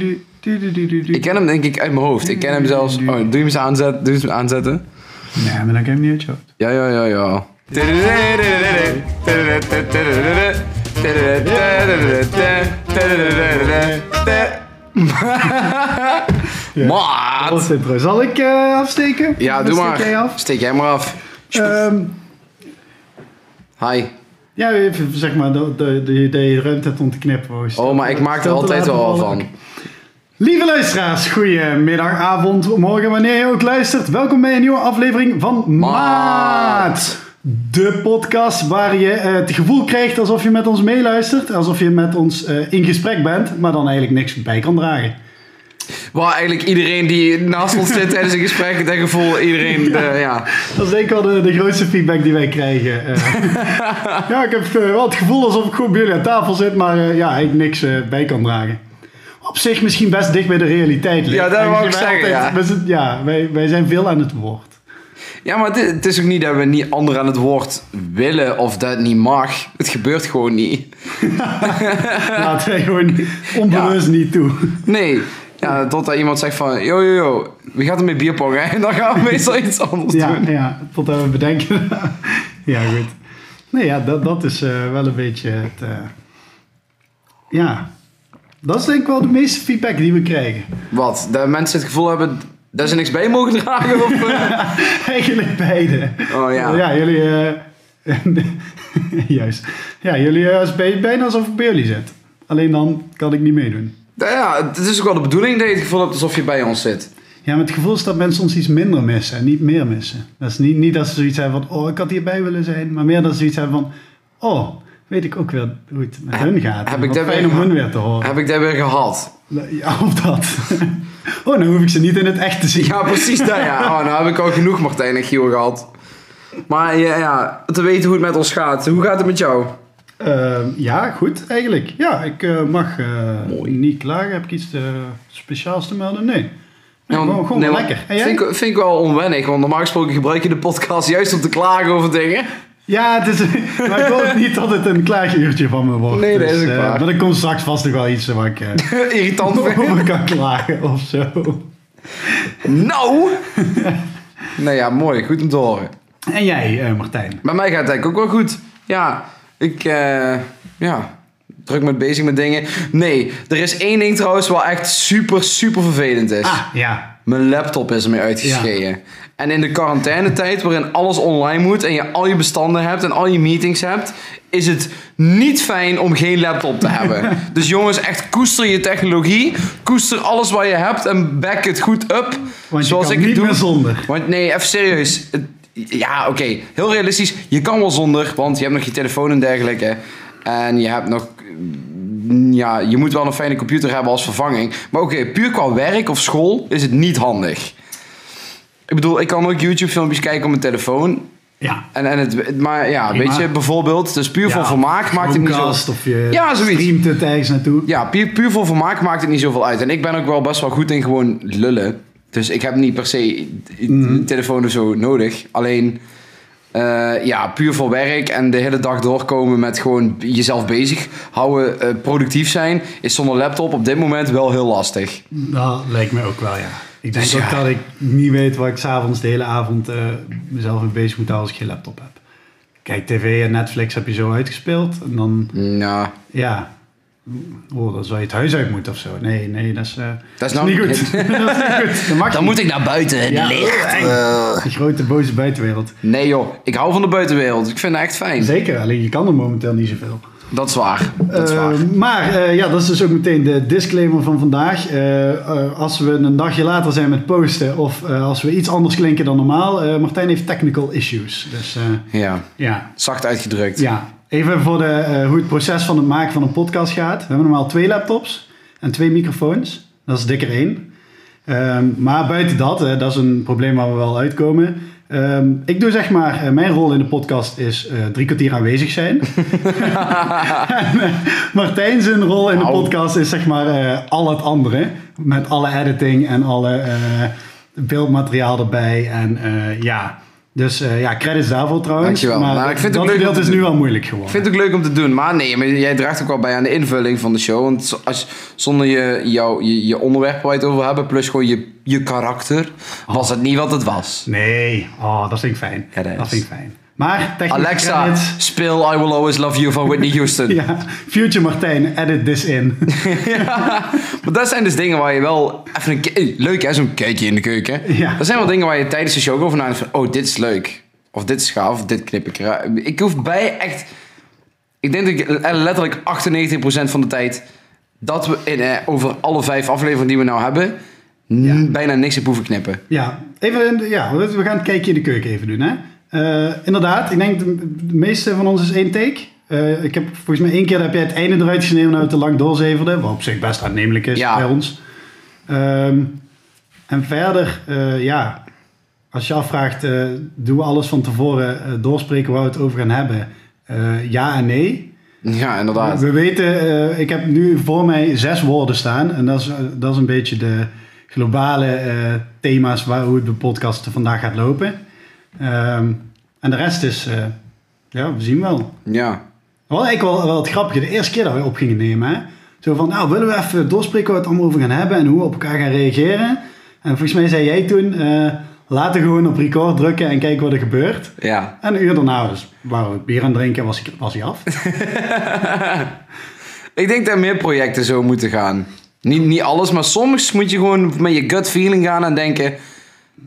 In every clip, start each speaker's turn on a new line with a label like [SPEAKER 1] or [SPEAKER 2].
[SPEAKER 1] Ik ken hem denk ik uit mijn hoofd. Ik ken hem zelfs... Oh, doe je hem eens aanzetten? Doe je hem aanzetten?
[SPEAKER 2] Nee, maar dan ken ik hem niet uit je hoofd.
[SPEAKER 1] Ja, ja, ja, ja. Eh,
[SPEAKER 2] Wat is
[SPEAKER 1] Maat!
[SPEAKER 2] dit, bro? Zal ik eh, afsteken?
[SPEAKER 1] Ja,
[SPEAKER 2] Wat
[SPEAKER 1] doe
[SPEAKER 2] steek jij
[SPEAKER 1] maar.
[SPEAKER 2] af?
[SPEAKER 1] Steek jij maar af.
[SPEAKER 2] Ehm,
[SPEAKER 1] Hi.
[SPEAKER 2] ja, even, zeg maar, dat de, de, de ruimte hebt om te knippen. hoor. Stel-
[SPEAKER 1] Oh, maar ik maak er
[SPEAKER 2] stel te
[SPEAKER 1] altijd
[SPEAKER 2] laten
[SPEAKER 1] wel
[SPEAKER 2] vallen.
[SPEAKER 1] van.
[SPEAKER 2] Lieve luisteraars, goedemiddag, avond, morgen, wanneer je ook luistert. Welkom bij een nieuwe aflevering van
[SPEAKER 1] Maat.
[SPEAKER 2] Maat. De podcast waar je eh, het gevoel krijgt alsof je met ons meeluistert. Alsof je met ons eh, in gesprek bent, maar dan eigenlijk niks bij kan dragen.
[SPEAKER 1] Waar eigenlijk iedereen die naast ons zit tijdens een gesprek, dat gevoel iedereen, eh, ja.
[SPEAKER 2] Dat is denk ik wel de, de grootste feedback die wij krijgen. Eh, ja, ik heb eh, wel het gevoel alsof ik gewoon bij jullie aan tafel zit, maar eh, ja, ik niks eh, bij kan dragen. Op zich misschien best dicht bij de realiteit ligt.
[SPEAKER 1] Ja, dat wou ik
[SPEAKER 2] Wij
[SPEAKER 1] zeggen, ja.
[SPEAKER 2] we zitten- ja, wij, wij zijn veel aan het woord.
[SPEAKER 1] Ja, maar het, het is ook niet dat we niet anderen aan het woord willen of dat het niet mag. Het gebeurt gewoon niet.
[SPEAKER 2] Laten wij gewoon onbewust niet toe.
[SPEAKER 1] Nee. Ja, totdat iemand zegt van, yo, yo, yo, wie gaat er met bierpongen? En dan gaan we meestal iets anders
[SPEAKER 2] Ja,
[SPEAKER 1] doen.
[SPEAKER 2] ja, totdat we bedenken. ja, goed. Nee, ja, dat, dat is eh, wel een beetje het... eh, ja, dat is denk ik wel de meeste feedback die we krijgen.
[SPEAKER 1] Wat? Dat mensen het gevoel hebben dat ze niks bij mogen dragen? Of, eh?
[SPEAKER 2] Eigenlijk beide.
[SPEAKER 1] Oh ja.
[SPEAKER 2] Ja, jullie. eh, juist. Ja, jullie eh, is bij- bijna alsof ik bij jullie zit. Alleen dan kan ik niet meedoen.
[SPEAKER 1] Nou ja, het is ook wel de bedoeling dat je het gevoel hebt alsof je bij ons zit.
[SPEAKER 2] Ja, maar het gevoel is dat mensen ons iets minder missen en niet meer missen. Dat is niet, niet dat ze zoiets hebben van, oh, ik had hierbij willen zijn. Maar meer dat ze zoiets hebben van, oh, weet ik ook weer hoe het met hun gaat.
[SPEAKER 1] heb
[SPEAKER 2] En
[SPEAKER 1] ik
[SPEAKER 2] wat
[SPEAKER 1] dat
[SPEAKER 2] fijn
[SPEAKER 1] weer
[SPEAKER 2] om hun
[SPEAKER 1] geha-
[SPEAKER 2] weer te horen.
[SPEAKER 1] Heb ik dat weer gehad?
[SPEAKER 2] Ja, of dat. oh, dan hoef ik ze niet in het echt te zien.
[SPEAKER 1] Ja, precies dat ja. Oh, nou heb ik al genoeg Martijn en Giel gehad. Maar ja, ja, te weten hoe het met ons gaat. Hoe gaat het met jou?
[SPEAKER 2] Eh, ja, goed eigenlijk. Ja, ik eh, mag eh,
[SPEAKER 1] Mooi.
[SPEAKER 2] niet klagen. Heb ik iets eh, speciaals te melden? Nee. nee
[SPEAKER 1] Ja, want-
[SPEAKER 2] gewoon gewoon
[SPEAKER 1] nee, maar
[SPEAKER 2] lekker. En jij?
[SPEAKER 1] Vind, ik- vind ik wel onwennig, want normaal gesproken gebruik je de podcast juist om te klagen over dingen.
[SPEAKER 2] Ja, het is, maar ik hoop niet dat het een klaaguurtje van me wordt.
[SPEAKER 1] Nee, dat is ook
[SPEAKER 2] eh,
[SPEAKER 1] waar.
[SPEAKER 2] Maar er komt straks vast nog wel iets waar ik eh,
[SPEAKER 1] Irritant vind.
[SPEAKER 2] over kan klagen of zo.
[SPEAKER 1] Nou! nou ja, mooi. Goed om te horen.
[SPEAKER 2] En jij, eh, Martijn?
[SPEAKER 1] Bij mij gaat het eigenlijk ook wel goed. Ja, ik... eh, ja, druk me bezig met dingen. Nee, er is één ding trouwens wel echt super, super vervelend is.
[SPEAKER 2] Ah, ja.
[SPEAKER 1] Mijn laptop is ermee uitgeschreven. En in de quarantainetijd, waarin alles online moet en je al je bestanden hebt en al je meetings hebt, is het niet fijn om geen laptop te hebben. dus jongens, echt koester je technologie, koester alles wat je hebt en back het goed up.
[SPEAKER 2] Want
[SPEAKER 1] zoals
[SPEAKER 2] je
[SPEAKER 1] ik
[SPEAKER 2] kan
[SPEAKER 1] het
[SPEAKER 2] niet
[SPEAKER 1] doe.
[SPEAKER 2] meer zonder.
[SPEAKER 1] Want nee, even serieus. Het- Ja, oké. Heel realistisch. Je kan wel zonder, want je hebt nog je telefoon en dergelijke. En je hebt nog... mm, Ja, je moet wel een fijne computer hebben als vervanging. Maar oké, puur qua werk of school is het niet handig. Ik bedoel, ik kan ook YouTube-filmpjes kijken op mijn telefoon.
[SPEAKER 2] Ja.
[SPEAKER 1] En, en het, maar ja,
[SPEAKER 2] Prima.
[SPEAKER 1] weet je, bijvoorbeeld, dus puur voor vermaak maakt het niet zo...
[SPEAKER 2] Chromecast of je
[SPEAKER 1] Ja, zoiets.
[SPEAKER 2] streamt het ergens naartoe.
[SPEAKER 1] Ja, puur, puur voor vermaak maakt het niet zoveel uit. En ik ben ook wel best wel goed in gewoon lullen. Dus ik heb niet per se een telefoon of zo nodig. Alleen, eh, ja, puur voor werk en de hele dag doorkomen met gewoon jezelf bezig houden, eh, productief zijn, is zonder laptop op dit moment wel heel lastig.
[SPEAKER 2] Dat Nou, lijkt mij ook wel, ja. Ik denk
[SPEAKER 1] Dus ja.
[SPEAKER 2] ook dat ik niet weet waar ik s'avonds de hele avond eh, mezelf mee bezig moet houden als ik geen laptop heb. Kijk, tv en Netflix heb je zo uitgespeeld. En dan,
[SPEAKER 1] Ja,
[SPEAKER 2] ja, oh, dan zou je het huis uit moeten of zo. Nee, nee, dat is, eh,
[SPEAKER 1] dat is nou
[SPEAKER 2] niet goed. dat is niet goed. Dat mag
[SPEAKER 1] Dan
[SPEAKER 2] niet.
[SPEAKER 1] moet ik naar buiten, het
[SPEAKER 2] Ja.
[SPEAKER 1] licht.
[SPEAKER 2] Eng.
[SPEAKER 1] Eh.
[SPEAKER 2] Die grote boze buitenwereld.
[SPEAKER 1] Nee joh, ik hou van de buitenwereld. Ik vind het echt fijn.
[SPEAKER 2] Zeker, alleen je kan er momenteel niet zoveel.
[SPEAKER 1] Dat is waar. Dat is
[SPEAKER 2] Eh,
[SPEAKER 1] waar.
[SPEAKER 2] maar eh, ja, dat is dus ook meteen de disclaimer van vandaag. Eh, eh, als we een dagje later zijn met posten of eh, als we iets anders klinken dan normaal, eh, Martijn heeft technical issues. Dus eh,
[SPEAKER 1] Ja,
[SPEAKER 2] ja.
[SPEAKER 1] zacht uitgedrukt.
[SPEAKER 2] ja, even voor de, eh, hoe het proces van het maken van een podcast gaat. We hebben normaal twee laptops en twee microfoons. Dat is dikker één. Ehm, maar buiten dat, eh, dat is een probleem waar we wel uitkomen. Ehm, ik doe zeg maar, eh, mijn rol in de podcast is eh, drie kwartier aanwezig zijn. En, eh, Martijn zijn rol in de
[SPEAKER 1] Au.
[SPEAKER 2] podcast is zeg maar eh, al het andere. Met alle editing en alle eh, beeldmateriaal erbij. En eh, ja, Dus eh, ja, credits daarvoor trouwens.
[SPEAKER 1] Dankjewel.
[SPEAKER 2] Maar,
[SPEAKER 1] Nou, ik vind het
[SPEAKER 2] dat
[SPEAKER 1] leuk
[SPEAKER 2] gedeelte
[SPEAKER 1] om
[SPEAKER 2] is
[SPEAKER 1] te
[SPEAKER 2] nu
[SPEAKER 1] doen.
[SPEAKER 2] al moeilijk geworden.
[SPEAKER 1] Ik vind het ook leuk om te doen, maar nee, maar jij draagt ook wel bij aan de invulling van de show. Want zo- als, zonder je, jou, je, je onderwerp waar je het over wil hebben, plus gewoon je, je karakter, was het niet wat het was.
[SPEAKER 2] Nee, oh, dat vind ik fijn.
[SPEAKER 1] Ja, dat
[SPEAKER 2] dat,
[SPEAKER 1] is-
[SPEAKER 2] vind ik fijn. Maar technische
[SPEAKER 1] Alexa,
[SPEAKER 2] credits.
[SPEAKER 1] speel I Will Always Love You van Whitney Houston.
[SPEAKER 2] Ja, Future Martijn, edit this in.
[SPEAKER 1] Maar dat zijn dus dingen waar je wel even een... ke- Hey, Leuk hè, zo'n kijkje in de keuken.
[SPEAKER 2] Ja.
[SPEAKER 1] Dat zijn wel dingen waar je tijdens de show ook over nadenkt van... Oh, dit is leuk. Of dit is gaaf, of dit knip ik eruit. Ik hoef bij echt... Ik denk dat ik eh, letterlijk 98% van de tijd... Dat we in, eh, over alle vijf afleveringen die we nou hebben... n-
[SPEAKER 2] Ja.
[SPEAKER 1] Bijna niks heb hoeven knippen.
[SPEAKER 2] Ja, even, ja, we we gaan het kijkje in de keuken even doen. Hè? Eh, inderdaad, ik denk de, de meeste van ons is één take. Eh, ik heb volgens mij één keer heb jij het einde eruit gesneden omdat we te lang doorzeverde. Wat op zich best aannemelijk is
[SPEAKER 1] Ja.
[SPEAKER 2] bij ons. Ehm, en verder, eh, ja, als je afvraagt, eh, doen we alles van tevoren eh, doorspreken waar we het over gaan hebben? Eh, ja en nee.
[SPEAKER 1] Ja, inderdaad.
[SPEAKER 2] Ah, We weten, eh, ik heb nu voor mij zes woorden staan. En dat is, eh, dat is een beetje de globale eh, thema's waar hoe de podcast vandaag gaat lopen. Ehm, en de rest is, eh, ja, we zien wel.
[SPEAKER 1] Ja.
[SPEAKER 2] Wel, ik wel, wel het grappige, de eerste keer dat we op gingen nemen. Hè? Zo van, nou willen we even doorspreken waar we het allemaal over gaan hebben en hoe we op elkaar gaan reageren. En volgens mij zei jij toen, eh, laten we gewoon op record drukken en kijken wat er gebeurt.
[SPEAKER 1] Ja.
[SPEAKER 2] En een uur daarna was, waren we bier aan het drinken en was, hij- was hij af.
[SPEAKER 1] Ik denk dat meer projecten zo moeten gaan. Niet, niet alles, maar soms moet je gewoon met je gut feeling gaan en denken...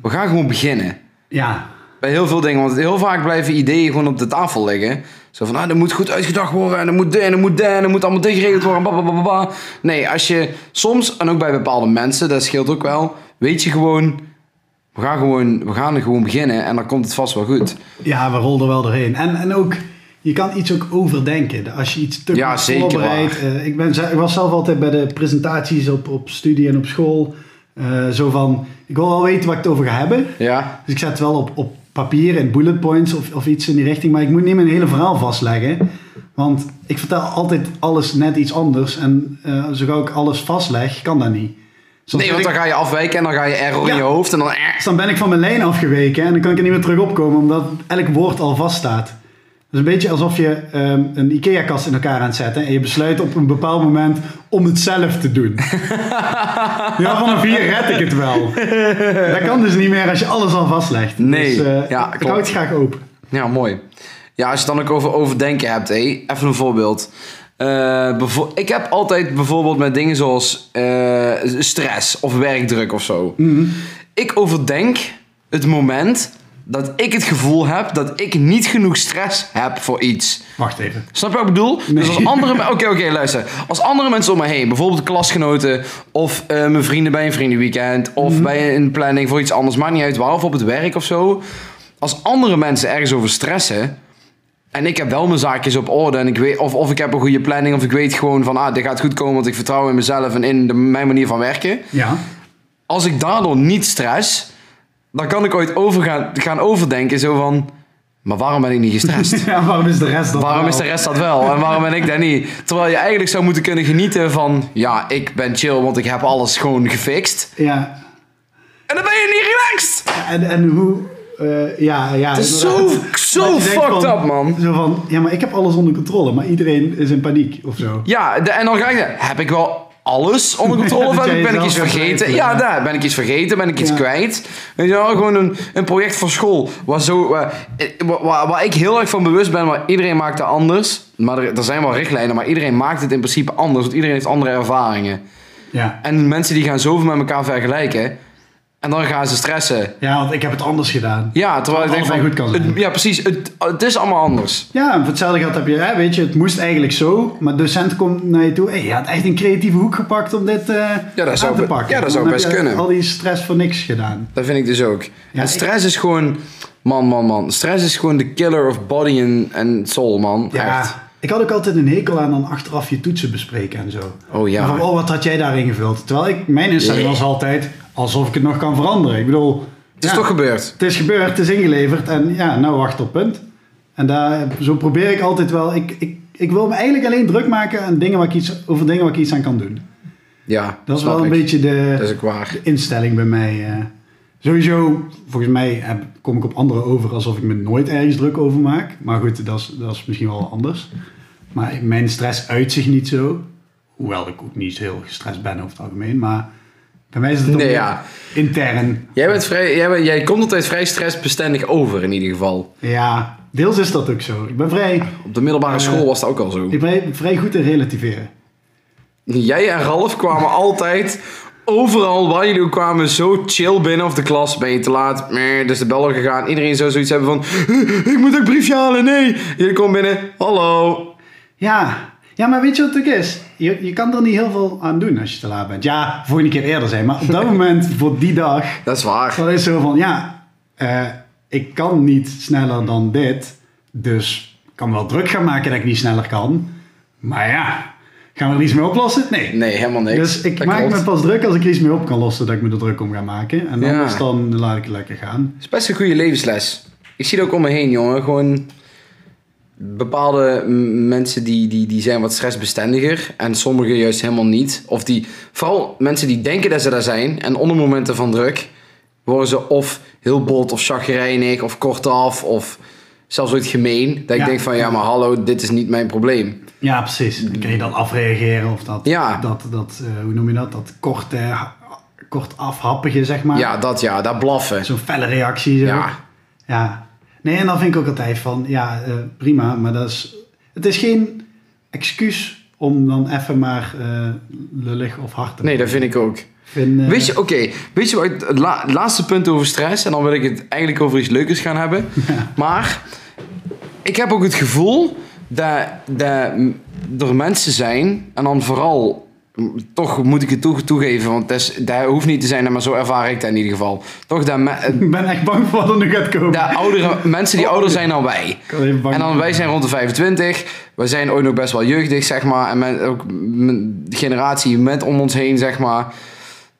[SPEAKER 1] We gaan gewoon beginnen.
[SPEAKER 2] Ja,
[SPEAKER 1] Bij heel veel dingen, want heel vaak blijven ideeën gewoon op de tafel liggen. Zo van, ah, dat moet goed uitgedacht worden, en dat moet dit, en dat moet dat, en dat moet allemaal dit geregeld worden, blablabla. Nee, als je soms, en ook bij bepaalde mensen, dat scheelt ook wel, weet je gewoon, we gaan gewoon, we gaan er gewoon beginnen en dan komt het vast wel goed.
[SPEAKER 2] Ja, we rolden wel doorheen. En, en ook, je kan iets ook overdenken. Als je iets te
[SPEAKER 1] Ja,
[SPEAKER 2] goed
[SPEAKER 1] zeker
[SPEAKER 2] voorbereidt. Eh, ik, ben, ze- ik was zelf altijd bij de presentaties op, op studie en op school. eh, zo van, ik wil wel weten wat ik het over ga hebben.
[SPEAKER 1] Ja?
[SPEAKER 2] Dus ik zet het wel op, op papier en bullet points of, of iets in die richting. Maar ik moet niet mijn hele verhaal vastleggen. Want ik vertel altijd alles net iets anders. En eh, zo gauw ik alles vastleg, kan dat niet. Soms
[SPEAKER 1] Nee,
[SPEAKER 2] word
[SPEAKER 1] want
[SPEAKER 2] ik-
[SPEAKER 1] dan ga je afwijken en dan ga je error
[SPEAKER 2] Ja.
[SPEAKER 1] in je hoofd en dan... eh.
[SPEAKER 2] dus dan ben ik van mijn lijn afgeweken en dan kan ik er niet meer terug opkomen omdat elk woord al vaststaat. Het is een beetje alsof je ehm, een IKEA-kast in elkaar aan het zetten en je besluit op een bepaald moment om het zelf te doen. ja, vanaf hier red ik het wel. Dat kan dus niet meer als je alles al vastlegt.
[SPEAKER 1] Nee,
[SPEAKER 2] Dus, eh,
[SPEAKER 1] ja,
[SPEAKER 2] ik
[SPEAKER 1] klopt.
[SPEAKER 2] hou het graag open.
[SPEAKER 1] Ja, mooi. Ja, als je het dan ook over overdenken hebt, hé. even een voorbeeld. Eh, bevo- ik heb altijd bijvoorbeeld met dingen zoals eh, stress of werkdruk of zo. Ik overdenk het moment dat ik het gevoel heb dat ik niet genoeg stress heb voor iets.
[SPEAKER 2] Wacht even.
[SPEAKER 1] Snap je wat ik bedoel? Dus als andere mensen... Oké, oké, luister. Als andere mensen om me heen, bijvoorbeeld klasgenoten... of eh, mijn vrienden bij een vriendenweekend... of bij een planning voor iets anders, maakt niet uit waar... of op het werk of zo. Als andere mensen ergens over stressen... en ik heb wel mijn zaakjes op orde... En ik weet, of, of ik heb een goede planning... of ik weet gewoon van... ah, dit gaat goed komen, want ik vertrouw in mezelf... en in de, mijn manier van werken
[SPEAKER 2] Ja.
[SPEAKER 1] als ik daardoor niet stress, dan kan ik ooit over gaan, gaan overdenken zo van, maar waarom ben ik niet gestrest?
[SPEAKER 2] ja, waarom is de rest dan
[SPEAKER 1] waarom is de rest dat wel en waarom ben ik dat niet? Terwijl je eigenlijk zou moeten kunnen genieten van, ja, ik ben chill, want ik heb alles gewoon gefixt.
[SPEAKER 2] Ja,
[SPEAKER 1] En dan ben je niet relaxed.
[SPEAKER 2] Ja, En, en hoe... eh, ja, ja.
[SPEAKER 1] Het is
[SPEAKER 2] inderdaad.
[SPEAKER 1] zo- zo
[SPEAKER 2] Dat je denkt
[SPEAKER 1] fucked
[SPEAKER 2] van-
[SPEAKER 1] up, man.
[SPEAKER 2] Zo van, ja, maar ik heb alles onder controle, maar iedereen is in paniek of zo.
[SPEAKER 1] Ja, de- en dan ga ik, zeggen, heb ik wel alles onder controle of
[SPEAKER 2] dat
[SPEAKER 1] heb ik-
[SPEAKER 2] jij
[SPEAKER 1] ben ik
[SPEAKER 2] jezelf
[SPEAKER 1] iets
[SPEAKER 2] gaat
[SPEAKER 1] vergeten?
[SPEAKER 2] weten,
[SPEAKER 1] Ja,
[SPEAKER 2] ja.
[SPEAKER 1] daar ben ik iets vergeten, ben ik iets
[SPEAKER 2] Ja.
[SPEAKER 1] kwijt. Weet je wel, gewoon een, een project voor school. Waar, zo, eh, eh, wa- wa- waar ik heel erg van bewust ben, maar iedereen maakt het anders. Maar er, er zijn wel richtlijnen, maar iedereen maakt het in principe anders. Want iedereen heeft andere ervaringen.
[SPEAKER 2] Ja.
[SPEAKER 1] En mensen die gaan zoveel met elkaar vergelijken. En dan gaan ze stressen.
[SPEAKER 2] Ja, want ik heb het anders gedaan.
[SPEAKER 1] Ja, terwijl ik denk van...
[SPEAKER 2] allebei goed kan
[SPEAKER 1] het-
[SPEAKER 2] zijn.
[SPEAKER 1] ja, precies. Het, het is allemaal anders.
[SPEAKER 2] Ja, en voor hetzelfde geld heb je, hè, weet je, het moest eigenlijk zo, maar de docent komt naar je toe, hey, je had echt een creatieve hoek gepakt om dit eh,
[SPEAKER 1] dat
[SPEAKER 2] aan
[SPEAKER 1] zou
[SPEAKER 2] te
[SPEAKER 1] be-
[SPEAKER 2] pakken.
[SPEAKER 1] ja, dat
[SPEAKER 2] Dan
[SPEAKER 1] zou
[SPEAKER 2] heb
[SPEAKER 1] best
[SPEAKER 2] je
[SPEAKER 1] kunnen.
[SPEAKER 2] al die stress voor niks gedaan.
[SPEAKER 1] Dat vind ik dus ook. en
[SPEAKER 2] ik-
[SPEAKER 1] stress is gewoon... Man, man, man. Stress is gewoon de killer of body en- en soul, man.
[SPEAKER 2] Ja.
[SPEAKER 1] Echt.
[SPEAKER 2] Ik had ook altijd een hekel aan dan achteraf je toetsen bespreken en zo.
[SPEAKER 1] Oh ja.
[SPEAKER 2] Van, oh, wat had jij daarin gevuld? Terwijl ik, mijn instelling
[SPEAKER 1] Nee.
[SPEAKER 2] was altijd alsof ik het nog kan veranderen. Ik bedoel...
[SPEAKER 1] Het is toch gebeurd.
[SPEAKER 2] Het is gebeurd, het is ingeleverd en ja, nou wacht op punt. En daar, zo probeer ik altijd wel. Ik, ik, ik wil me eigenlijk alleen druk maken aan dingen waar ik iets, over dingen waar ik iets aan kan doen.
[SPEAKER 1] Ja,
[SPEAKER 2] Dat is
[SPEAKER 1] snap
[SPEAKER 2] wel een
[SPEAKER 1] ik.
[SPEAKER 2] beetje de,
[SPEAKER 1] Dat is ook waar.
[SPEAKER 2] de instelling bij mij. eh. Sowieso, volgens mij heb- kom ik op anderen over alsof ik me nooit ergens druk over maak. Maar goed, dat is, dat is misschien wel anders. Maar mijn stress uit zich niet zo. Hoewel ik ook niet heel gestrest ben over het algemeen. Maar bij mij is het dan
[SPEAKER 1] Nee,
[SPEAKER 2] meer
[SPEAKER 1] ja.
[SPEAKER 2] intern.
[SPEAKER 1] Jij, bent vrij, jij, bent- jij komt altijd vrij stressbestendig over in ieder geval.
[SPEAKER 2] Ja, deels is dat ook zo. Ik ben vrij,
[SPEAKER 1] Op de middelbare
[SPEAKER 2] Eh,
[SPEAKER 1] school was dat ook al zo.
[SPEAKER 2] ik ben vrij goed in relativeren.
[SPEAKER 1] Jij en Ralf kwamen altijd overal waar jullie ook kwamen zo chill binnen of de klas. Ben je te laat? Meh, dus de bellen gegaan. Iedereen zou zoiets hebben van, ik moet een briefje halen, nee. Jullie komen binnen, hallo.
[SPEAKER 2] Ja. ja, maar weet je wat het ook is? Je, je kan er niet heel veel aan doen als je te laat bent. Ja, voor een keer eerder zijn. Maar op dat moment, voor die dag,
[SPEAKER 1] Dat is waar.
[SPEAKER 2] dan is het zo van, ja, eh, ik kan niet sneller dan dit. Dus ik kan wel druk gaan maken dat ik niet sneller kan. Maar ja, gaan we er iets mee oplossen? Nee.
[SPEAKER 1] Nee, helemaal niks.
[SPEAKER 2] Dus ik
[SPEAKER 1] Dat
[SPEAKER 2] maak
[SPEAKER 1] klopt.
[SPEAKER 2] me pas druk als ik er iets mee op kan lossen dat ik me er druk om ga maken. En
[SPEAKER 1] Ja.
[SPEAKER 2] anders dan laat ik het lekker gaan.
[SPEAKER 1] Het is best een goede levensles. Ik zie het ook om me heen, jongen. Gewoon bepaalde m, mensen die, die, die zijn wat stressbestendiger. En sommigen juist helemaal niet. Of die, vooral mensen die denken dat ze daar zijn. En onder momenten van druk worden ze of heel bot of chagrijnig of kortaf. Of zelfs ooit gemeen. Dat ik
[SPEAKER 2] Ja.
[SPEAKER 1] denk van, ja maar hallo, dit is niet mijn probleem.
[SPEAKER 2] Ja, precies. Dan kun je dan afreageren of dat,
[SPEAKER 1] Ja.
[SPEAKER 2] dat, dat eh, hoe noem je dat, dat korte, ha- kort afhappige, zeg maar.
[SPEAKER 1] Ja, dat ja, dat blaffen.
[SPEAKER 2] Zo'n felle reactie. Zo.
[SPEAKER 1] Ja.
[SPEAKER 2] Ja. Nee, en dan vind ik ook altijd van, ja, eh, prima, maar dat is, het is geen excuus om dan even maar eh, lullig of hard te
[SPEAKER 1] Nee, dat vind ik ook.
[SPEAKER 2] vind, eh,
[SPEAKER 1] Weet je, oké, weet je wat, ik- het la- het laatste punt over stress, en dan wil ik het eigenlijk over iets leukers gaan hebben. Maar ik heb ook het gevoel dat, dat m- er mensen zijn, en dan vooral, m, toch moet ik het toe- toegeven, want dat, is- dat hoeft niet te zijn, maar zo ervaar ik dat in ieder geval. Toch dat, me-
[SPEAKER 2] Ik ben echt bang voor wat er nu gaat komen.
[SPEAKER 1] dat oudere, mensen die ouder zijn dan wij.
[SPEAKER 2] Ik ben even bang.
[SPEAKER 1] En dan, wij zijn rond de 25. We zijn ooit nog best wel jeugdig, zeg maar. En men, ook men- de generatie met om ons heen, zeg maar.